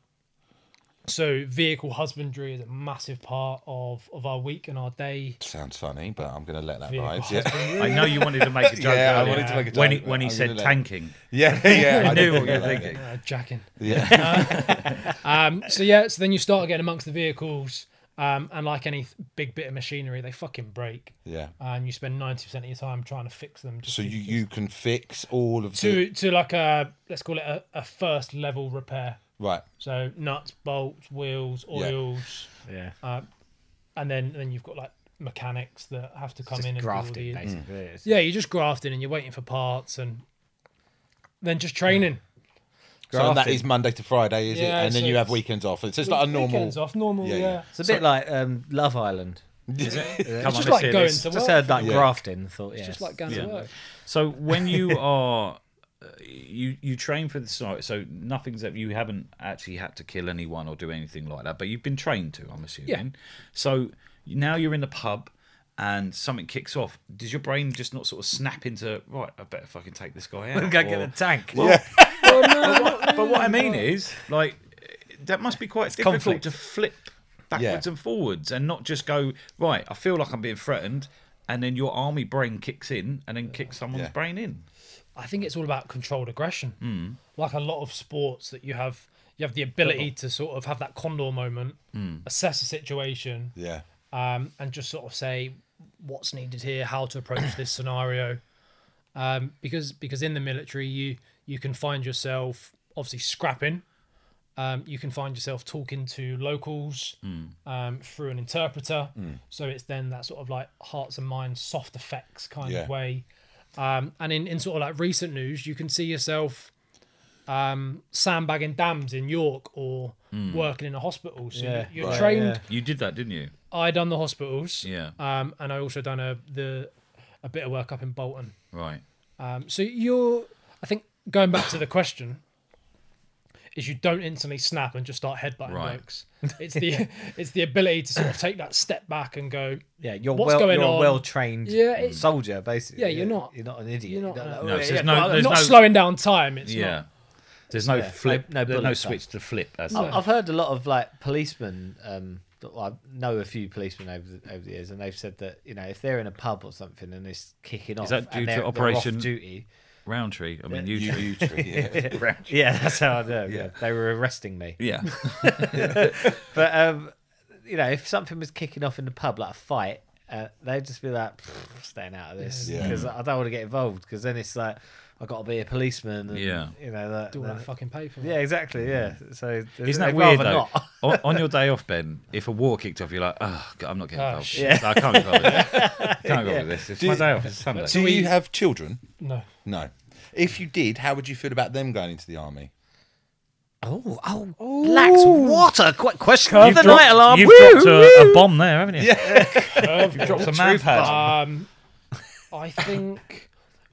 so vehicle husbandry is a massive part of of our week and our day. Sounds funny, but I'm going to let that Vehicle ride. Yeah. (laughs) husbandry. I know you wanted to make a joke. Yeah, I earlier. wanted to make a When he, joke, when he I'm said gonna let- tanking, Yeah, yeah. I did knew what you forget were that bit. thinking. Uh, jacking. Yeah. (laughs) Um, so yeah, so then you start getting amongst the vehicles, um, and like any th- big bit of machinery, they fucking break, Yeah. and you spend ninety percent of your time trying to fix them. Uh, Just So you, you can fix all of the to to like a let's call it a, a first level repair. right. So nuts, bolts, wheels, Yeah. oils, uh, Yeah. and then then you've got like mechanics that have to come Just in and do all grafting, the- basically. It's Yeah, you're just grafting and you're waiting for parts and then just training. So and that grafting. is Monday to Friday, is Yeah, it? And then so you have it's- weekends off. It's just like a normal. Weekends off, normal, Yeah, yeah. yeah. It's a bit like um, Love Island. Come It's on, just let's like hear going this. to work. Just heard like Yeah. grafting. Thought yeah. It's just like going Yeah. to work. So when you are uh, you you train for the so so nothing's that you haven't actually had to kill anyone or do anything like that, but you've been trained to, I'm assuming. Yeah. So now you're in the pub and something kicks off. Does your brain just not sort of snap into right? I better fucking take this guy out. We're gonna get or- the tank. But what I mean is, like, that must be quite difficult conflict. to flip backwards Yeah. and forwards and not just go right. I feel like I'm being threatened, and then your army brain kicks in and then kicks someone's Yeah. brain in. I think it's all about controlled aggression. Hmm. Like a lot of sports that you have you have the ability to sort of have that condor moment, Hmm. assess a situation, Yeah. um, and just sort of say what's needed here, how to approach this scenario. Um, because because in the military you you can find yourself obviously scrapping. Um, you can find yourself talking to locals um, through an interpreter. So it's then that sort of like hearts and minds, soft effects kind Yeah. of way. Um, and in, in sort of like recent news, you can see yourself um, sandbagging dams in York or working in a hospital. So you- Yeah. you're Right. trained You did that, didn't you? I done the hospitals. Yeah. Uh, Um, and I also done a the a bit of work up in Bolton. Right. Um, so you're, I think, going back to the question, is you don't instantly snap and just start headbutting Right. blokes. It's the (laughs) it's the ability to sort of take that step back and go. Yeah, you're What's well, going you're a on? well-trained Yeah, it- soldier, basically. Yeah, you're not- You're not an idiot. you're not don't an- know, No, "Oh, so yeah, there's no- yeah, there's not no- slowing down time. It's yeah. not. There's no Yeah, flip, no- no no, there's no bullet switch to flip. As I- such. I've heard a lot of like policemen. Um, that- well, I know a few policemen over the, over the years, and they've said that you know if they're in a pub or something and it's kicking off, that due and to they're, they're off Operation- duty? Roundtree. I mean, you. You, (laughs) you tree, (laughs) yeah. Yeah, (laughs) that's how I know. yeah. they were arresting me. Yeah. But um, you know, if something was kicking off in the pub, like a fight, uh, they'd just be like, "Pfft, staying out of this Yeah. because I don't want to get involved. Because then it's like I got to be a policeman. And, Yeah. you know that. Do want that- to fucking pay for it? yeah, exactly. Yeah. So Isn't that they'd weird rather though? Not. on, on your day off, Ben, if a war kicked off, you're like, oh, God, I'm not getting Oh, involved. shit. I can't get involved with this. (laughs) I can't get involved with this. It's my Do- day off. It's Sunday. Do you have children? No. No. If you did, how would you feel about them going into the army? Oh, oh, Lax, what a quick question of the dropped, night alarm. you've Woo, dropped woo. a, a bomb there, haven't you? Yeah. You've dropped a man (laughs) pad. Ah, Um, I think,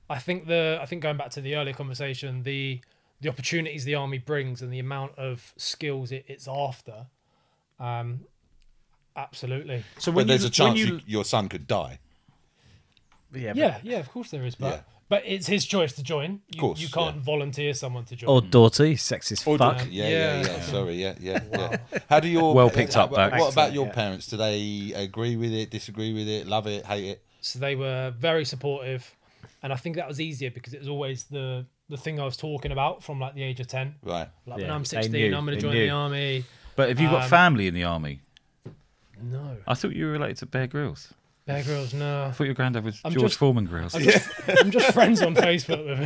I think the, I think going back to the earlier conversation, the the opportunities the army brings and the amount of skills it, it's after, um, absolutely. So But there's you- a chance you- you, your son could die. Yeah. Yeah, yeah, of course there is, but Yeah. but it's his choice to join. You, course, you can't volunteer someone to join. Or Doughty, sexist fuck. Yeah, yeah, yeah. Sorry, yeah, yeah, yeah. How do your (laughs) Well picked up, What, Bax. what about your Yeah. parents? Do they agree with it, disagree with it, love it, hate it? so they were very supportive, and I think that was easier because it was always the the thing I was talking about from like the age of ten. Right. Like when Yeah, I'm they 16, knew, I'm going they to join knew. (laughs) the army. But have you got Um, family in the army? No, I thought you were related to Bear Grylls. Bear Grylls, no. I thought your granddad was I'm George just- Foreman Grylls. I'm just friends (laughs) on Facebook with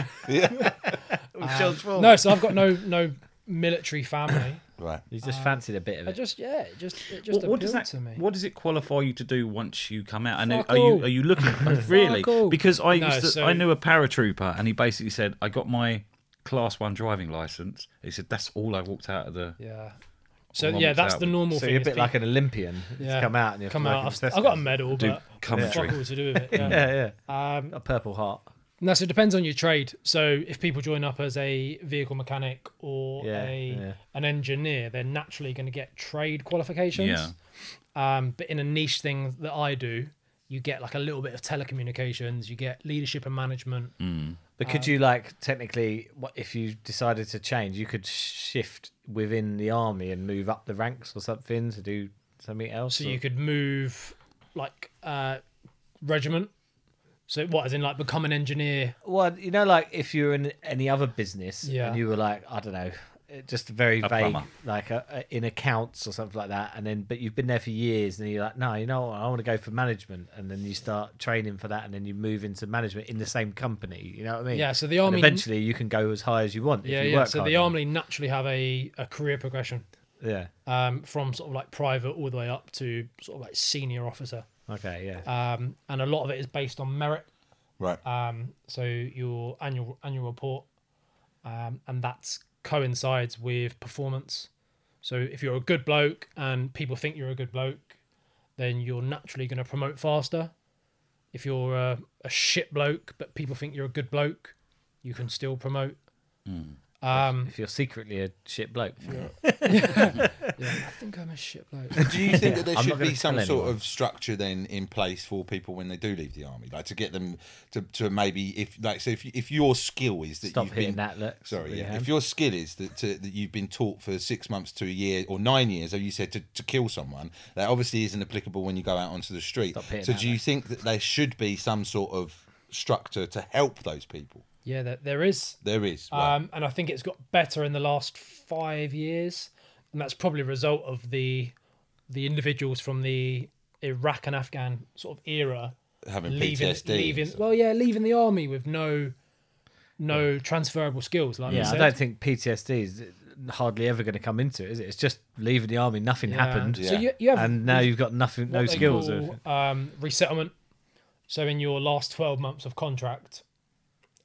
him. Um, No, so I've got no no military family. Right. You just fancied a bit of I it. just yeah, it just it just What, what does appealed that? to me. What does it qualify you to do once you come out? And Fuck are you all. are you looking really? Fuck all. Because I No, used to, so- I knew a paratrooper, and he basically said, "I got my class one driving license." He said, "That's all I walked out of the." Yeah. So Mum yeah, was that's out the with- normal So thing. you're a is bit people- like an Olympian. yeah, Yeah. Come out and you have come to work out. in I've, test I've got a games. medal, Do but commentary. fuck all to do with it. Yeah. (laughs) Yeah, Um, yeah. A purple heart. No, so it depends on your trade. So if people join up as a vehicle mechanic or Yeah, a yeah. an engineer, they're naturally going to get trade qualifications. Yeah. Um, but in a niche thing that I do, you get like a little bit of telecommunications, you get leadership and management. But um, could you like technically, what if you decided to change, you could shift within the army and move up the ranks or something to do something else? So or- you could move like uh, regiment. So what, as in like become an engineer? well, you know, like if you were in any other business Yeah. and you were like, I don't know, eh, just very A vague, plumber. like uh uh in accounts or something like that, and then but you've been there for years and you're like, no, you know, what, I want to go for management, and then you start training for that, and then you move into management in the same company. You know what I mean? Yeah, so the And army- eventually you can go as high as you want. Yeah, if you yeah. Work So hard the enough. army naturally have a, a career progression Yeah. um, from sort of like private all the way up to sort of like senior officer. Okay. Yeah. um, and a lot of it is based on merit. Right. Um, so your annual annual report, um, and that coincides with performance. So if you're a good bloke and people think you're a good bloke, then you're naturally going to promote faster. If you're a, a shit bloke but people think you're a good bloke, you can still promote. Um, if you're secretly a shit bloke. I think I'm a shit bloke. Do you think that there I'm not should gonna be some tell sort anyone. of structure then in place for people when they do leave the army, like to get them to, to maybe if like so if you- if your skill is that Stop you've hitting been, that, look. Sorry, With your yeah. hand. If your skill is that to, that you've been taught for six months to a year or nine years, as you said, to, to kill someone, that obviously isn't applicable when you go out onto the street. Stop hitting So that, do you think that there should be some sort of structure to help those people? (laughs) yeah, there, there is. There is. right. Um, and I think it's got better in the last five years, and that's probably a result of the the individuals from the Iraq and Afghan sort of era having leaving, PTSD. leaving. Well, yeah, leaving the army with no no transferable skills. Like you yeah, I said. don't think PTSD is uh, hardly ever going to come into it, is it? It's just leaving the army, nothing Yeah. happened, So Yeah. you, you have and now you've got nothing, what no they skills. call, or- um, resettlement. So in your last twelve months of contract,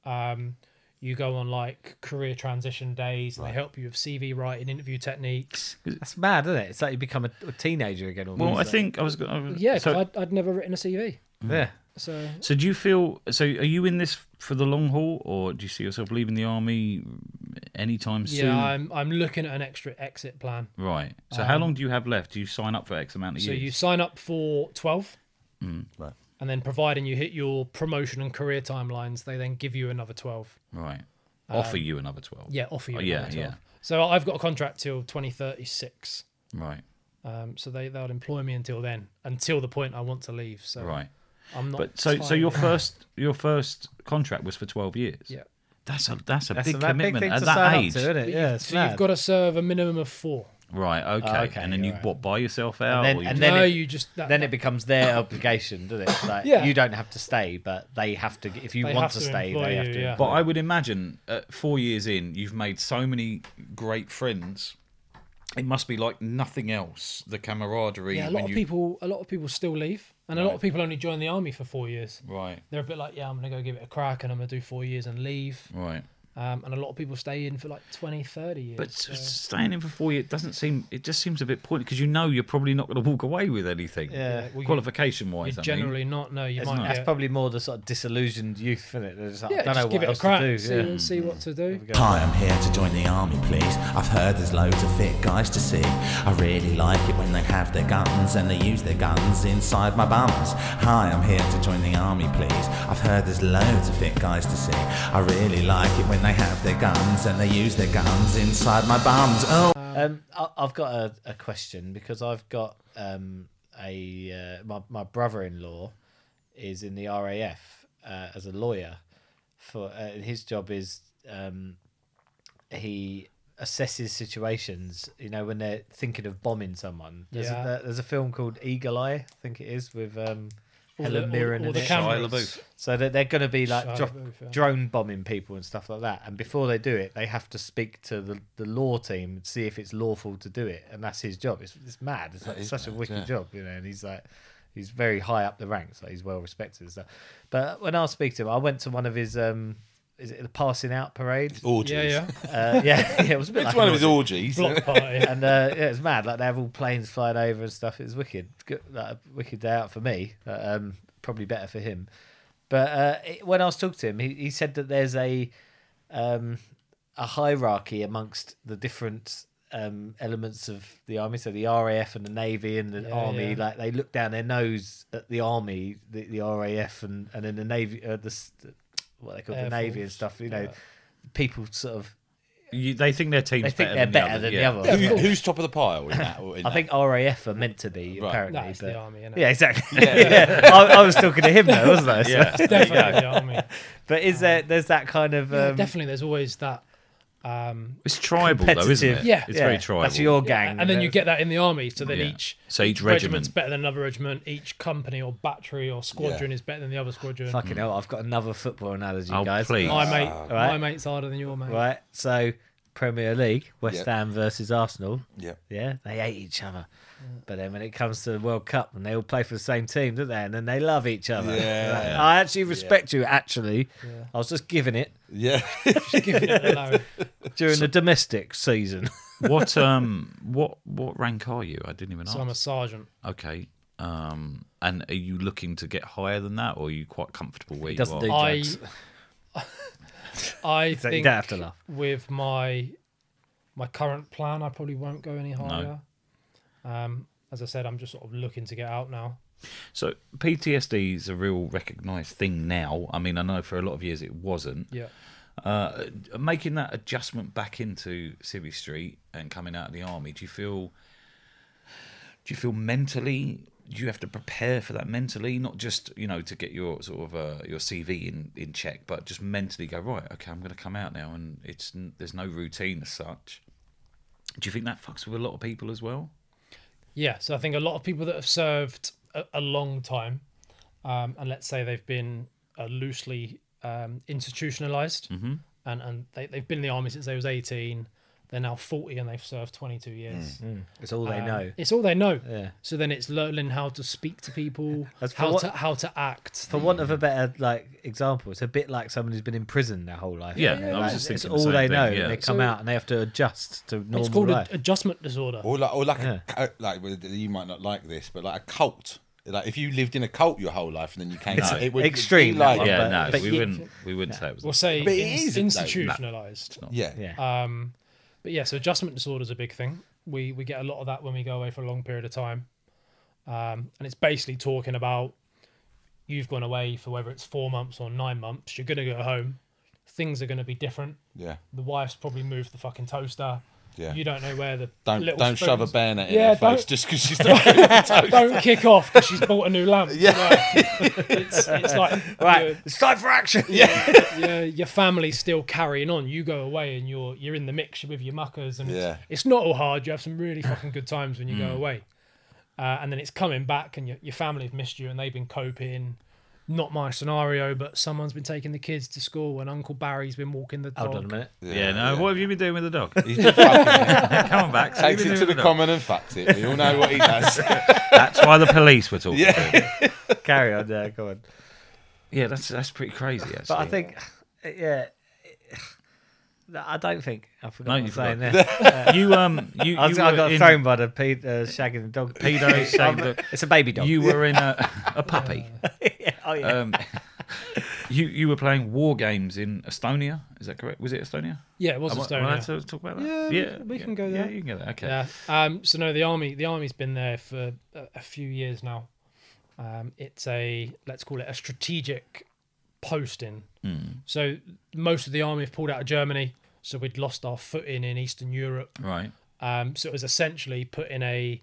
um, you go on like career transition days. and They help you with CV writing, interview techniques. That's mad, isn't it? It's like you become a, a teenager again. Almost. Well, I think I was. go- I was Yeah, because So, I'd, I'd never written a CV. yeah. So so do you feel? So are you in this for the long haul, or do you see yourself leaving the army anytime soon? Yeah, I'm I'm looking at an extra exit plan. Right. So how long do you have left? Do you sign up for X amount of um, So you years? sign up for twelve, Mm, Right. and then providing you hit your promotion and career timelines, they then give you another twelve. Right. offer you another 12. um, Yeah, offer you. Oh, an yeah, hour, yeah. 12. So I've got a contract till 2036. Right, Um, so they they'll employ me until then, until the point I want to leave. So right. I'm not. But so, so (laughs) tied. your first your first contract was for 12 years. Yeah. That's a that's a That's big a that big commitment thing at to that sign age. up to, isn't it? Yeah, it's so you've mad. got to serve a minimum of four. Right, okay. Ah, okay, and then you alright. what buy yourself out then- or you and just- then no, it- you just that, then it becomes their obligation, doesn't it? Like, Yeah. You don't have to stay, but they have to. If you They want have to, to stay, employ they you, have to. yeah. But I would imagine at four years in, you've made so many great friends. It must be like nothing else. The camaraderie. yeah, a when lot of you- people a lot of people still leave, and a lot of people only join the army for four years. Right, They're a bit like, yeah, I'm gonna go give it a crack, and I'm gonna do four years and leave. right. Um, and a lot of people stay in for like 20, 30 years. But uh, so- s staying in for four years doesn't seem. It just seems a bit pointless because you know you're probably not going to walk away with anything. Yeah, well, you- Qualification wise, you're generally not. No, you It's- might that's get. probably more the sort of disillusioned youth, isn't it? They're just like, yeah, I don't just know give what it a else crack. to see, do. Yeah. see what to do. Hi, I'm here to join the army, please. I've heard there's loads of fit guys to see. I really like it when they have their guns and they use their guns inside my bums. Hi, I'm here to join the army, please. I've heard there's loads of fit guys to see. I really like it when they have their guns and they use their guns inside my bums. Oh. Um, I, I've got a, a question because I've got um, a uh, my my brother-in-law is in the RAF uh, as a lawyer. For uh, his job is um, he assesses situations. You know when they're thinking of bombing someone. There's, Yeah. a, there- there's a film called Eagle Eye, I think it is, with um, All Helen the- all- Mirren all and the it. cameras. Shia LaBeouf. So that they're going to be like Shia dro- LaBeouf, yeah. drone bombing people and stuff like that. And before they do it, they have to speak to the, the law team and see if it's lawful to do it. And that's his job. It's, it's mad. It's like such a wicked job, you know. And he's like, he's very high up the ranks. Like he's well respected and stuff. But when I speak to him, I went to one of his um, is it the passing out parade? Yeah, (laughs) yeah. Uh, yeah, yeah, it was a bit like It's one an of his orgies. Block party. and uh, yeah, it's mad. Like they have all planes flying over and stuff. It was wicked. Good, like, a wicked day out for me. But, um, probably better for him. But uh, it- when I was talking to him, he, he said that there's a um, a hierarchy amongst the different um, elements of the army. So the RAF and the Navy and the Yeah, army, yeah. like they look down their nose at the army, the, the RAF, and and then the Navy, uh, the s- what they call the Air Navy and Force, stuff. You know, yeah. people sort of you, they think their team's they think better they're than better the other. than yeah. the (laughs) other. Who, who's top of the pile in that? or in I that? think RAF are meant to be Right. apparently. Nah, it's but- the army, innit? Yeah, exactly. (laughs) Yeah. I, I was talking to him though, wasn't I? So- Definitely the army. But is there there's that kind of Yeah, um, definitely, there's always that. Um, It's tribal though, isn't competitive- it? Yeah. it's very yeah, tribal. That's your gang, and then you get that in the army, so then Yeah. each So each regiment's regiment. better than another regiment. Each company or battery or squadron is better than the other squadron. fucking hell. I've got another football analogy, Oh guys. please! My mate, my Right. mate's harder than your mate. Right, so Premier League, West Yep. Ham versus Arsenal. Yep. Yeah, they hate each other. But then when it comes to the World Cup, and they all play for the same team, don't they? And then they love each other. Like, Yeah. I actually respect you. Actually, I was just giving it yeah. Giving it a (laughs) low. during the domestic season. what um what what rank are you? I didn't even ask. So I'm a sergeant. Okay. Um, and are you looking to get higher than that, or are you quite comfortable where you doesn't are? do- I, (laughs) Jokes. I So you think don't have to laugh. with my my current plan, I probably won't go any higher. Um, as I said, I'm just sort of looking to get out now. so PTSD is a real recognised thing now. I mean, I know for a lot of years it wasn't. Yeah. Uh, making that adjustment back into civil Street and coming out of the army, do you feel? Do you feel mentally? Do you have to prepare for that mentally, not just you know to get your sort of uh, your CV in, in check, but just mentally go right. Okay, I'm going to come out now, and it's n- there's no routine as such. Do you think that fucks with a lot of people as well? Yeah, so I think a lot of people that have served a, a long time, um, and let's say they've been uh, loosely um, institutionalized, Mm-hmm. and and they they've been in the army since they was eighteen. They're now forty and they've served twenty two years. Mm. It's all they Um, know. It's all they know. Yeah. So then it's learning how to speak to people, (laughs) That's for how what- to how to act. Hmm. For want of a better like example, it's a bit like someone who's been in prison their whole life. Yeah, I was Like, just it's thinking the all same they thing, know. yeah. And they come So- out and they have to adjust to normal It's called life. a, adjustment disorder. Or like, or like, Yeah. a, cu- like well, you might not like this, but like a cult. Like if you lived in a cult your whole life and then you came, It's out, it would extreme, Be that like, one. yeah, yeah, but- no, but we you- wouldn't. We wouldn't say it was. We'll say But it ins- is, though. institutionalized. yeah. Um, but yeah, so adjustment disorder is a big thing. We we get a lot of that when we go away for a long period of time, um, and it's basically talking about you've gone away for whether it's four months or nine months. You're gonna go home. things are going to be different. Yeah. The wife's probably moved the fucking toaster. Yeah. You don't know where the Don't little don't shove a spoons- bayonet in Yeah, her face don't- just because she's not. Don't kick off because she's bought a new lamp. Yeah, (laughs) it's, it's like Right, your, it's time for (laughs) action. your, your family's still carrying on. You go away and you're you're in the mix with your muckers, and it's, Yeah. it's not all hard. You have some really fucking good times when you Mm. go away, uh, and then it's coming back, and your your family have missed you, and they've been coping. Not my scenario, but someone's been taking the kids to school, and Uncle Barry's been walking the dog. Hold on a (laughs) minute. Yeah, no. What have you been doing with the dog? He just (laughs) fucking Come on back. so you've takes been it doing to the with dog. common and fucks it. We all know what he does. That's why the police were talking. Yeah, Carry on, yeah, go on. yeah. That's that's pretty crazy. Actually, But I think, (laughs) yeah, I don't think I forgot No, what you I'm saying forgot. (laughs) there. you um you, you I, was, I were got in- thrown by the pe- uh, shagging the dog. (laughs) Pedo shagging the- It's a baby dog. You were in a a puppy. oh (laughs) yeah. Um, you you were playing war games in Estonia. Is that correct? Was it Estonia? Yeah, it was Am I- Estonia. Am I allowed to talk about that? Yeah, we can- we can go yeah, there. you can go there. Okay. Yeah. Um, so no, the army the army's been there for a, a few years now. Um, it's a let's call it a strategic posting. Hmm. So most of the army have pulled out of Germany. So we'd lost our footing in Eastern Europe. Right. Um, so it was essentially put in a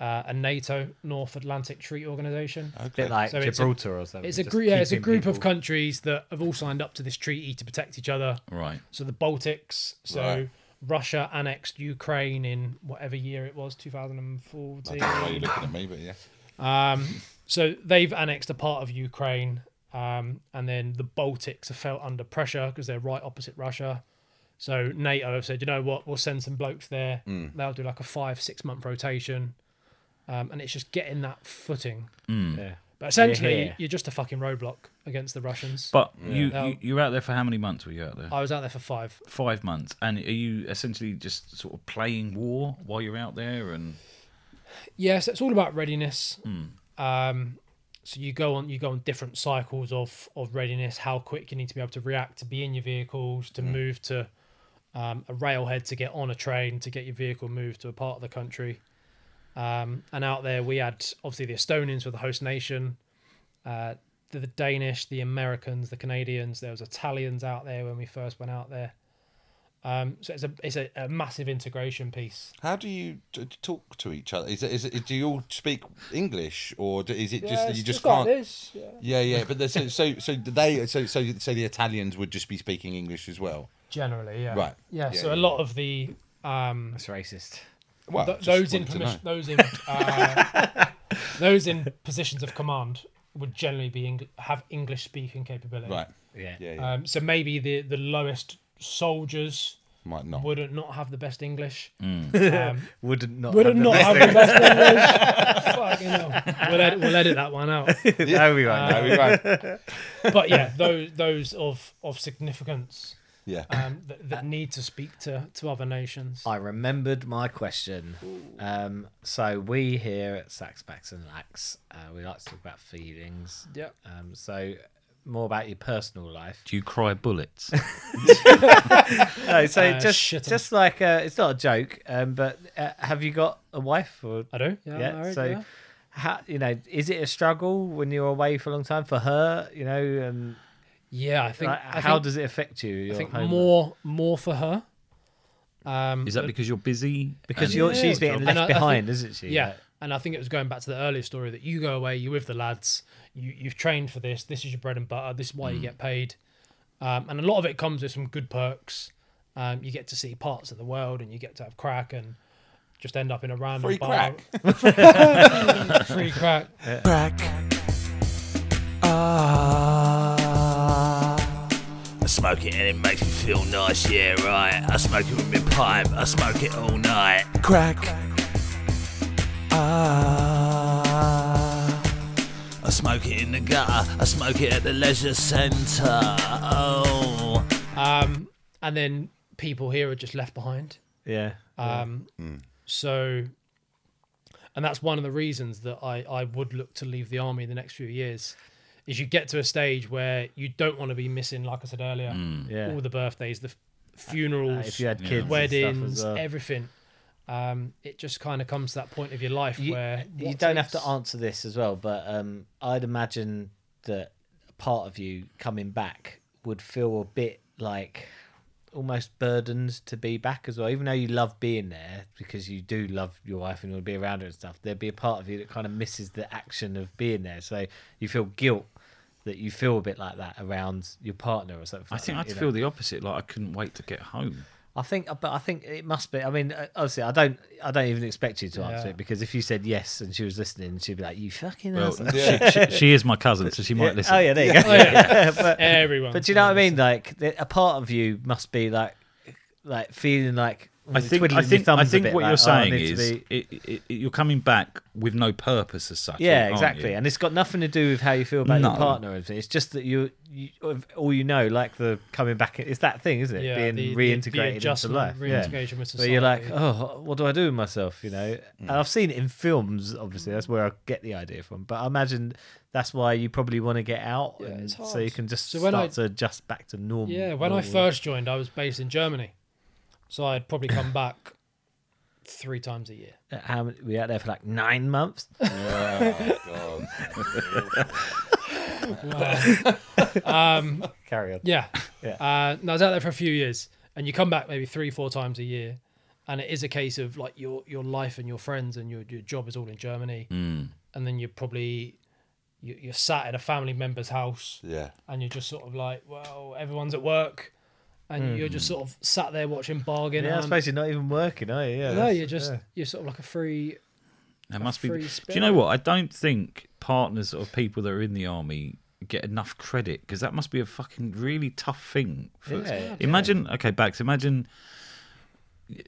uh, a NATO North Atlantic Treaty Organization. bit like so it's a- Gibraltar or something. It's a just group. Yeah, it's a keeping group of people- countries that have all signed up to this treaty to protect each other. Right. So the Baltics. So Right. Russia annexed Ukraine in whatever year it was, 2014. Why are you looking at me? But yeah. Um, so they've annexed a part of Ukraine, um, and then the Baltics have felt under pressure because they're right opposite Russia. So NATO have said, you know what, we'll send some blokes there. They'll do like a five, six month rotation, um, and it's just getting that footing. Mm. Yeah. But essentially, yeah. you're just a fucking roadblock against the Russians. But you, No. you you were out there for how many months? Were you out Uh, there? I was out there for five. Five months. And are you essentially just sort of playing war while you're out there? And Yes, it's all about readiness. Hmm. Um, so you go on you go on different cycles of of readiness. How quick you need to be able to react to be in your vehicles Hmm. to move to um, a railhead to get on a train to get your vehicle moved to a part of the country. Um, and out there we had obviously the Estonians were the host nation. Uh, the, the Danish, the Americans, the Canadians. There was Italians out there when we first went out there. Um, so it's a it's a, a massive integration piece. How do you t- t- talk to each other? Is it, is it, do you all speak English, or do, is it just that you just can't? this. Yeah, yeah. But there's- so, so, so do they, so, so, so the Italians would just be speaking English as well. Generally, yeah. Right. Yeah. Yeah, so a yeah. lot of the um That's racist. Well, th- just those in wanted to permis- know. those in uh, (laughs) those in positions of command would generally be Eng- have English speaking capability. Right. Yeah. Yeah, yeah. Um, so maybe the the lowest soldiers Might not. Mm. wouldn't not have the best English. (laughs) Wouldn't not. Wouldn't have (laughs) not have the best English. Fucking (laughs) hell. We'll, ed- we'll edit that one (laughs) out. the- no, we won't. No, we won't. But yeah, those those of of significance Yeah. um, that, that need to speak to to other nations. I remembered my question. Um, so we here at Sax Backs and Lax, uh, we like to talk about feelings. Yep. Um, so more about your personal life. do you cry bullets? (laughs) No, so Uh, just shit 'em. just like uh, it's not a joke, um, but uh, have you got a wife or I do. Yeah. I'm married, so yeah. How, you know, is it a struggle when you're away for a long time for her? You know, and Yeah, I think like, I how think- does it affect you? I your think home life? more more for her. Um, (laughs) Is that because you're busy? because and- you're, Yeah. she's being And left I- I think- behind, isn't she? yeah, and I think it was going back to the earlier story that you go away, you're with the lads, you you've trained for this. This is your bread and butter. This is why Mm. you get paid. Um, and a lot of it comes with some good perks. Um, you get to see parts of the world, and you get to have crack, and just end up in a random Free bar. (laughs) free crack. Crack. Ah. I smoke it and it makes me feel nice, yeah, right. I smoke it with my pipe, I smoke it all night. Crack. Ah. I smoke it in the gutter, I smoke it at the leisure centre. Oh. Um, and then people here are just left behind. yeah. Um, So, and that's one of the reasons that I, I would look to leave the army in the next few years is you get to a stage where you don't want to be missing, like I said earlier, Yeah. Uh, all the birthdays, the f- funerals, if you had kids, and weddings, stuff as well. everything. Um, it just kind of comes to that point of your life you, where you what don't have to takes- answer this as well, but um, I'd imagine that part of you coming back would feel a bit like almost burdened to be back as well. Even though you love being there because you do love your wife and you want to be around her and stuff, there'd be a part of you that kind of misses the action of being there. So you feel guilt that you feel a bit like that around your partner or something. I think I'd you know? feel the opposite. Like I couldn't wait to get home. I think, but I think it must be. I mean, uh, obviously, I don't, I don't even expect you to answer Yeah. it because if you said yes and she was listening, she'd be like, "You fucking." Well, (laughs) asshole." she, she, she is my cousin, so she might listen. oh yeah, there you go. (laughs) but, Everyone. but do you know what I mean? Like, the, a part of you must be like, like feeling like. I think twiddling I your think I thumbs a think bit, what like, you're "Oh, I saying need to is be-" it, it, it- you're coming back with no purpose as such. Yeah, aren't exactly. you? And it's got nothing to do with how you feel about No. your partner. or anything. It's just that you, you, all you know, like the coming back, it's that thing, isn't it? Yeah, Being the- the- the reintegrated into adjustment, life. reintegration yeah. with Where you're like, society. oh, what do I do with myself? You know, Mm. and I've seen it in films. Obviously, that's where I get the idea from. But I imagine that's why you probably want to get out, and it's so hard. you can just So when start I- to adjust back to normal. Yeah, when I normal. first joined, I was based in Germany, so I'd (coughs) probably come back three times a year. uh, how many, we out there for like nine (laughs) months. Oh, (laughs) (laughs) Carry on. Yeah. Yeah. Uh, and I was out there for a few years, and you come back maybe three, four times a year, and it is a case of like your your life and your friends and your your job is all in Germany, Mm. and then you're probably you, you're sat at a family member's house, Yeah. and you're just sort of like, well, everyone's at work, and Mm. you're just sort of sat there watching bargain. Yeah, I Hunt. suppose you're not even working, are you? Yeah, um, no, that's- you're just yeah. you're sort of like a free. There must be. free Do you spirit. know what? I don't think partners or people that are in the army get enough credit because that must be a fucking really tough thing. For, Yeah. imagine, okay, Bax, imagine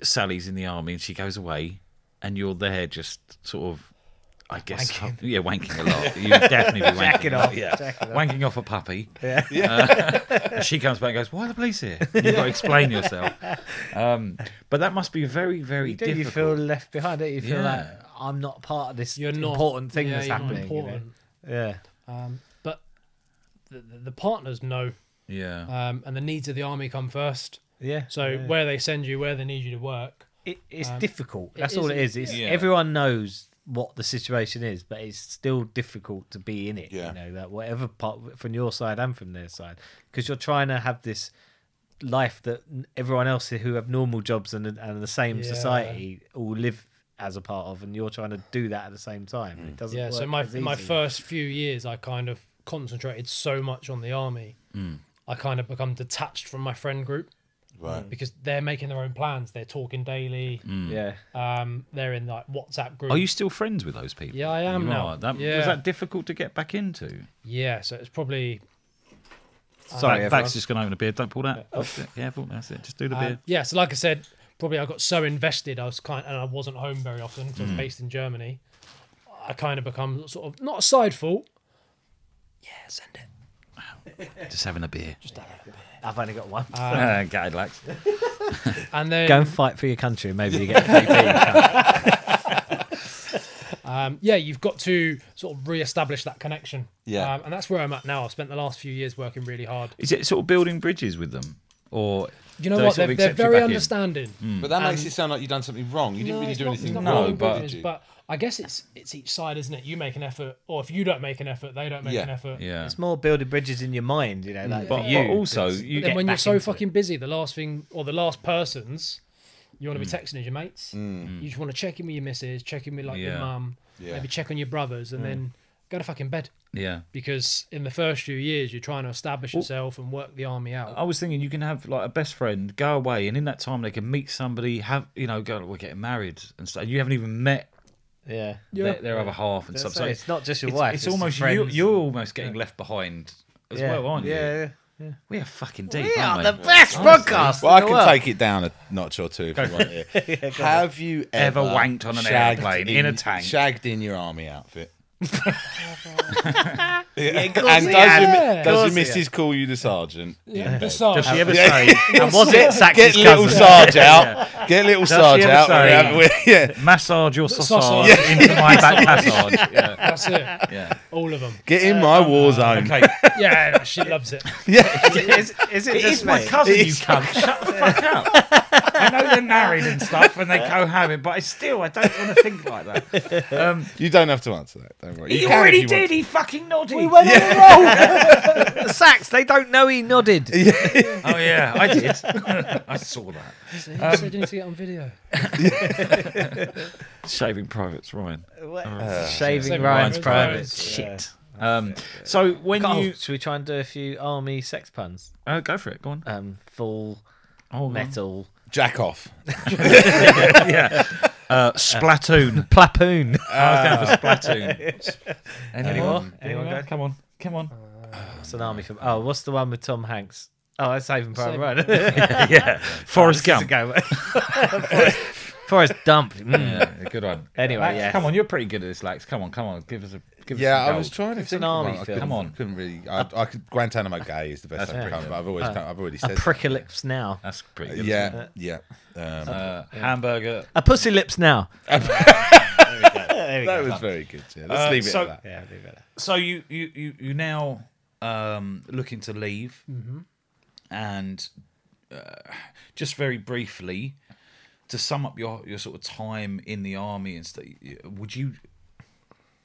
Sally's in the army and she goes away and you're there just sort of. I guess, yeah, wanking a (laughs) lot. You would definitely be wanking Jacking a lot, off, yeah, jacking off. (laughs) wanking off a puppy. Yeah, and (laughs) she comes back and goes, "Why are the police (laughs) here?" You've got to explain yourself. Um, but that must be very, very Do difficult. you feel left behind? Don't you feel like Yeah. I'm not part of this You're not important thing yeah, that's you're not happening? you know? important. Yeah, Um, but the, the, the partners know, yeah, um, and the needs of the army come first. yeah. So yeah. where they send you, where they need you to work. it, it's um, difficult. it That's all it is- is. It's Yeah. everyone knows what the situation is, but it's still difficult to be in it. Yeah. You know that whatever part from your side and from their side, because you're trying to have this life that n- everyone else who have normal jobs and and the same Yeah. society all live as a part of, and you're trying to do that at the same time. It doesn't. Yeah. Work So my as my easy. first few years, I kind of concentrated so much on the army. Hmm. I kind of become detached from my friend group Right. because they're making their own plans. They're talking daily. yeah. Um, they're in like WhatsApp groups. Hmm. Are you still friends with those people? Yeah, I am You now. are. That, Yeah. Was that difficult to get back into? Yeah. So it's probably Sorry, everyone. Vax just going to open a beer. Don't pull that. Yeah, Careful, that's it. Just do the Oh. uh, beer. yeah. So like I said, probably I got so invested. I was kind and I wasn't home very often. 'cause I'm based in Germany. I kind of become sort of not a side fault. Yeah, send it. Just having a beer. Just I've only got one. uh, (laughs) guidelines. And (laughs) then Go and fight for your country, and maybe you get free um, yeah, you've got to sort of re-establish that connection. Yeah. um, and that's where I'm at now. I've spent the last few years working really hard. Is it sort of building bridges with them, or You know do they what? sort They're, of they're accept you very back in? understanding. But that makes it sound like you've done something wrong. You didn't really it's do not- anything it's not wrong. really but- bridges, did you? but I guess it's it's each side, isn't it? You make an effort, or if you don't make an effort, they don't make Yeah. an effort. Yeah, It's more building bridges in your mind, you know, Mm. like but, for you. but also you But then get when you're back so into fucking busy, the last thing or the last persons you want to be texting is your mates. You just want to check in with your missus, check in with like your Yeah. mum, Yeah. maybe check on your brothers, and then go to fucking bed. yeah. Because in the first few years, you're trying to establish yourself and work the army out. (laughs) I was thinking you can have like a best friend go away, and in that time they can meet somebody. Have you know? Go, we're getting married and stuff. You haven't even met yeah. their, their other half and stuff. So So it's not just your it's, wife. It's, the almost you, friends. you're almost getting left behind as yeah. well, aren't you? Yeah. We are fucking deep. We aren't are we? the best podcast. Well, I in the can world. take it down a notch or two if you want it. Have you Ever ever, wanked on an shagged airplane in a tank? Shagged in your army outfit. Yeah, of course And he does, has. your, does Course your he missus call you the sergeant? (laughs) Yeah. The Sarge. Does she ever say, And was it Get Sax's little cousin? Sarge out. Get little she Sarge ever out. say- Yeah, yeah. massage your Sausage. sausage into my back massage? Yeah, That's it. yeah. All of them. Get in my war zone. Okay, (laughs) Yeah, no, she loves it. is, is it just me? cousin, you cunt. Shut the fuck up. I know they're married (laughs) and stuff and they cohabit, but I still, I don't want to think like that. You don't have to answer that. Don't right. He can if already you want did. He fucking nodded. We went on a roll. the Sax, they don't know he nodded. Oh yeah, I (laughs) did. I saw that. See, you said you need to get on video. Shaving Privates Ryan. What- Shaving Ryan's Saving Ryan's private. Privates. Shit. Um, so when you should we try and do a few army sex puns? oh, go for it, go on. Um, full Oh, metal Jack off. (laughs) yeah. Uh, (laughs) Splatoon. platoon. I was down for Splatoon. (laughs) Anyone? Anyone? Anyone go? Come on, come on. It's an army film. Oh, what's the one with Tom Hanks? Oh, that's Saving Private Saving Ryan. (laughs) (laughs) yeah, (laughs) Forrest This is a Gump. go- Forrest- Forrest Dump. Mm. Yeah, good one. (laughs) Anyway, Lax, yeah. Come on, you're pretty good at this, Lax. Come on, come on, give us a give us. Yeah, some I was gold. trying to It's think. an of army one. I film. couldn't- Come on. couldn't really. I, I could, Guantanamo Gay is the best I can come. But I've always, come, I've already A said. Uh, prick lips now. That's pretty good. isn't yeah, yeah. Um, it? Uh, Hamburger. A pussy lips now. that was very good. Yeah, let's Uh, leave it so- at that. Yeah, do better. So you you you you now um, looking to leave, Mm-hmm. and uh, just very briefly to sum up your your sort of time in the army and stuff. Would you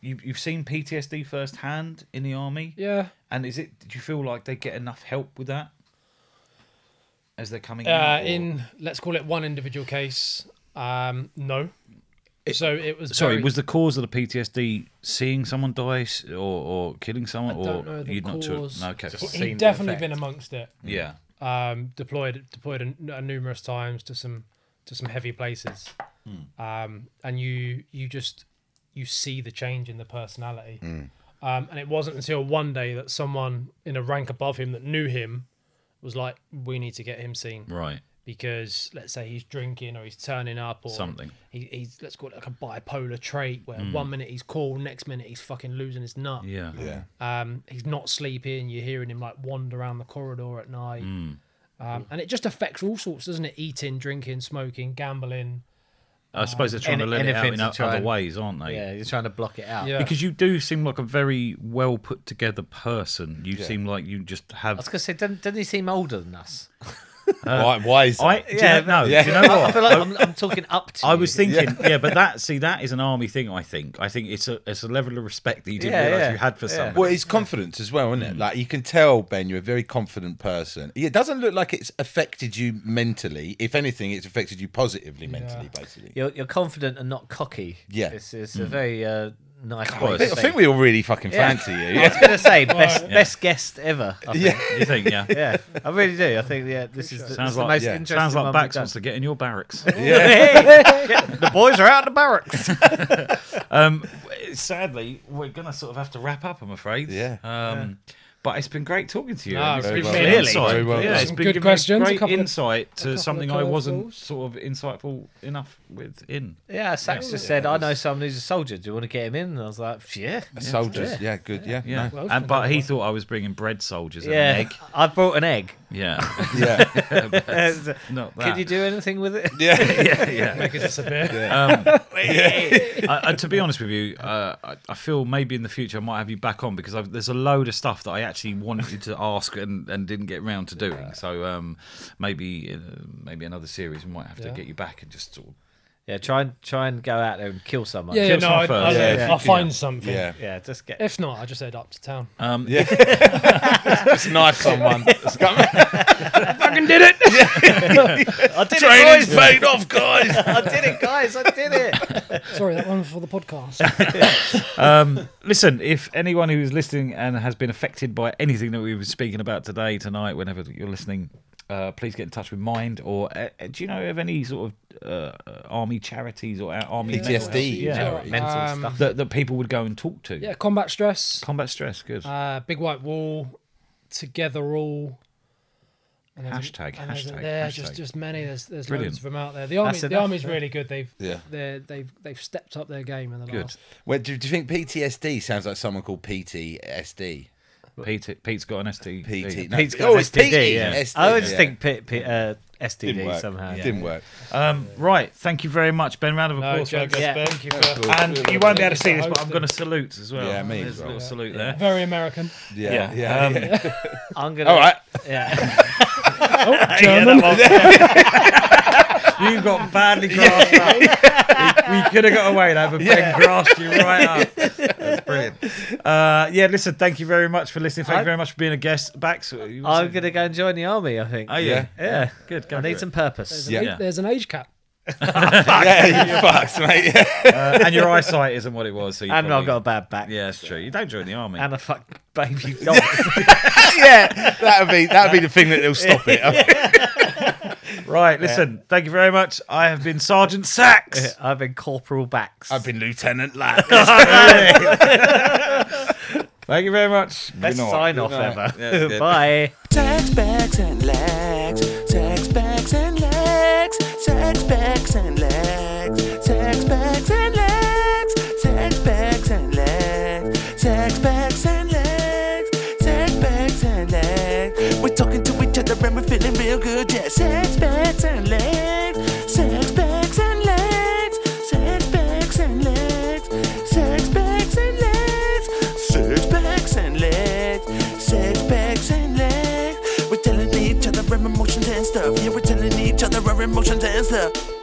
you you've seen PTSD firsthand in the army? Yeah. And is it? Did you feel like they get enough help with that as they're coming Uh, out, or- in let's call it one individual case. Um, no. so it was. Sorry, very- was the cause of the PTSD seeing someone die s- or, or killing someone, I don't or know the you'd cause. not too? No, okay, Just- fine. he seen the definitely effect. been amongst it. yeah, Um, deployed deployed a, a numerous times to some to some heavy places. Hmm. Um, and you you just you see the change in the personality. Hmm. Um, and it wasn't until one day that someone in a rank above him that knew him was like, "We need to get him seen." right. because let's say he's drinking or he's turning up or Something. Hmm. He, he's let's call it like a bipolar trait where one minute he's cool, next minute he's fucking losing his nut. Yeah, Yeah. Um, he's not sleeping. You're hearing him like wander around the corridor at night, um, and it just affects all sorts, doesn't it? Eating, drinking, smoking, gambling. I suppose they're trying Any- to let it out in anything to o- try other and- ways, aren't they? Yeah, you're trying to block it out. Yeah. Because you do seem like a very well put together person. You seem like you just I was have. gonna say, doesn't, doesn't he seem older than us? why, why is that? I do yeah, you know, no, do you know I- (laughs) I what? feel like I'm, I'm talking up to. I you. was thinking, yeah. but that see that is an army thing. I think. I think it's a it's a level of respect that you didn't Yeah, realize yeah, you had for yeah. someone. Well, it's confidence as well, isn't it? Like you can tell, Ben, you're a very confident person. It doesn't look like it's affected you mentally. If anything, it's affected you positively mentally, basically. you're, you're confident and not cocky. Yeah. it's, it's a very uh, nice. Well, way I to think, I say. think we all really fucking Yeah. fancy you. I was gonna say best Alright. best guest ever. I think. Yeah. you think? Yeah. (laughs) Yeah, I really do. I think yeah, this is the, this Sounds is the like- most yeah. interesting. Sounds like one we've Bax done. (laughs) wants to get in your barracks. (laughs) Hey, the boys are out of the barracks. Um, sadly, we're gonna sort of have to wrap up. I'm afraid. Yeah. Um, But it's been great talking to you. Ah, and it's very been well great done. insight. Very well yeah, done. it's Some been good giving questions, a Great couple of- insight to of something I wasn't curveballs. sort of insightful enough within. Yeah, Sax just said, "I know someone who's a soldier. Do you want to get him in?" And I was like, "Yeah, Soldiers, yeah, good, yeah, Yeah, Well, and, but he thought I was bringing bread soldiers and yeah." an egg. I brought an (laughs) egg. Yeah, (laughs) no. yeah, not that. Can you do anything with it? (laughs) yeah. yeah, yeah. Make it disappear. (laughs) Um, I, I, to be honest with you, uh, I, I feel maybe in the future I might have you back on because I've, there's a load of stuff that I actually wanted to ask and, and didn't get round to doing. So um, maybe uh, maybe another series we might have to Yeah. get you back and just sort of (laughs) Yeah, try and try and go out there and kill someone. Yeah, yeah, Kill no, someone I, first. I, Yeah, yeah. will find something. yeah. Yeah, just get. If not, I just head up to town. um, Just knife someone. It's got- (laughs) fucking did it. I did it, Training's guys. paid off, guys. (laughs) I did it, guys. I did (laughs) it. Sorry, that one for the podcast. Listen, if anyone who's listening and has been affected by anything that we've been speaking about today, tonight, whenever you're listening, uh, please get in touch with Mind. Or uh, uh, do you know of any sort of uh, uh, army charities or uh, army PTSD Yeah. charity. Mental Um, stuff. that, that people would go and talk to? yeah, combat stress. Combat stress, good. Uh, big white wall. Together all. And there's- Hashtag, and there's- hashtag, There, hashtag. just just many. There's there's Brilliant. loads of them out there. The army, That's the enough, army's yeah. really good. They've Yeah. they're, they've they've stepped up their game in the Good. last. Well, do, do you think PTSD sounds like someone called PTSD? Pete, Pete's got an ST. PT. Pete's got oh, an it's STD, PT, yeah. SD, I always yeah. think P- P- uh, STD didn't work. somehow. Didn't work. Um, right, thank you very much, Ben. Round of No, applause for our Jack, guest, yeah. Ben. Thank you for And you won't be able to see this, for but I'm hosting. going to salute as well. Yeah, me There's as a well. little salute there. very American. Yeah, yeah. Um, I'm gonna. All right. (laughs) Yeah. German. You got badly grasped (laughs) up. We could have got away with that, but Ben grasped you right (laughs) up. That's brilliant. Uh, yeah, listen, thank you very much for listening. Thank I- you very much for being a guest back. So you I'm gonna go and join the army. I think. Oh, yeah. yeah. Good. Go I for need it. some purpose. Yeah. Hey, There's an age cap. (laughs) yeah, you fucks, mate. (laughs) Uh, and your eyesight isn't what it was. So you And probably- I've got a bad back. Yeah, it's true. You don't join the army. And a fuck baby dog. yeah, that'd be that'd be the thing that will stop (laughs) it. Right, listen, thank you very much. I have been Sergeant Sachs. (laughs) I've been corporal backs. I've been Lieutenant Lack. (laughs) thank you very much. Best sign off ever. (laughs) Yeah, yeah. Bye. Sex bags and legs, sex bags and legs, sex bags and legs, sex bags and legs, sex bags and legs, sex bags and legs, sex bags and legs. We're talking to each other and we're feeling real good, yeah. Sex bags and legs, sex bags and legs, sex bags and legs, sex bags and legs, sex bags and legs, sex bags and legs. We're telling each other our emotions and stuff. Yeah, we're telling each other our emotions and stuff.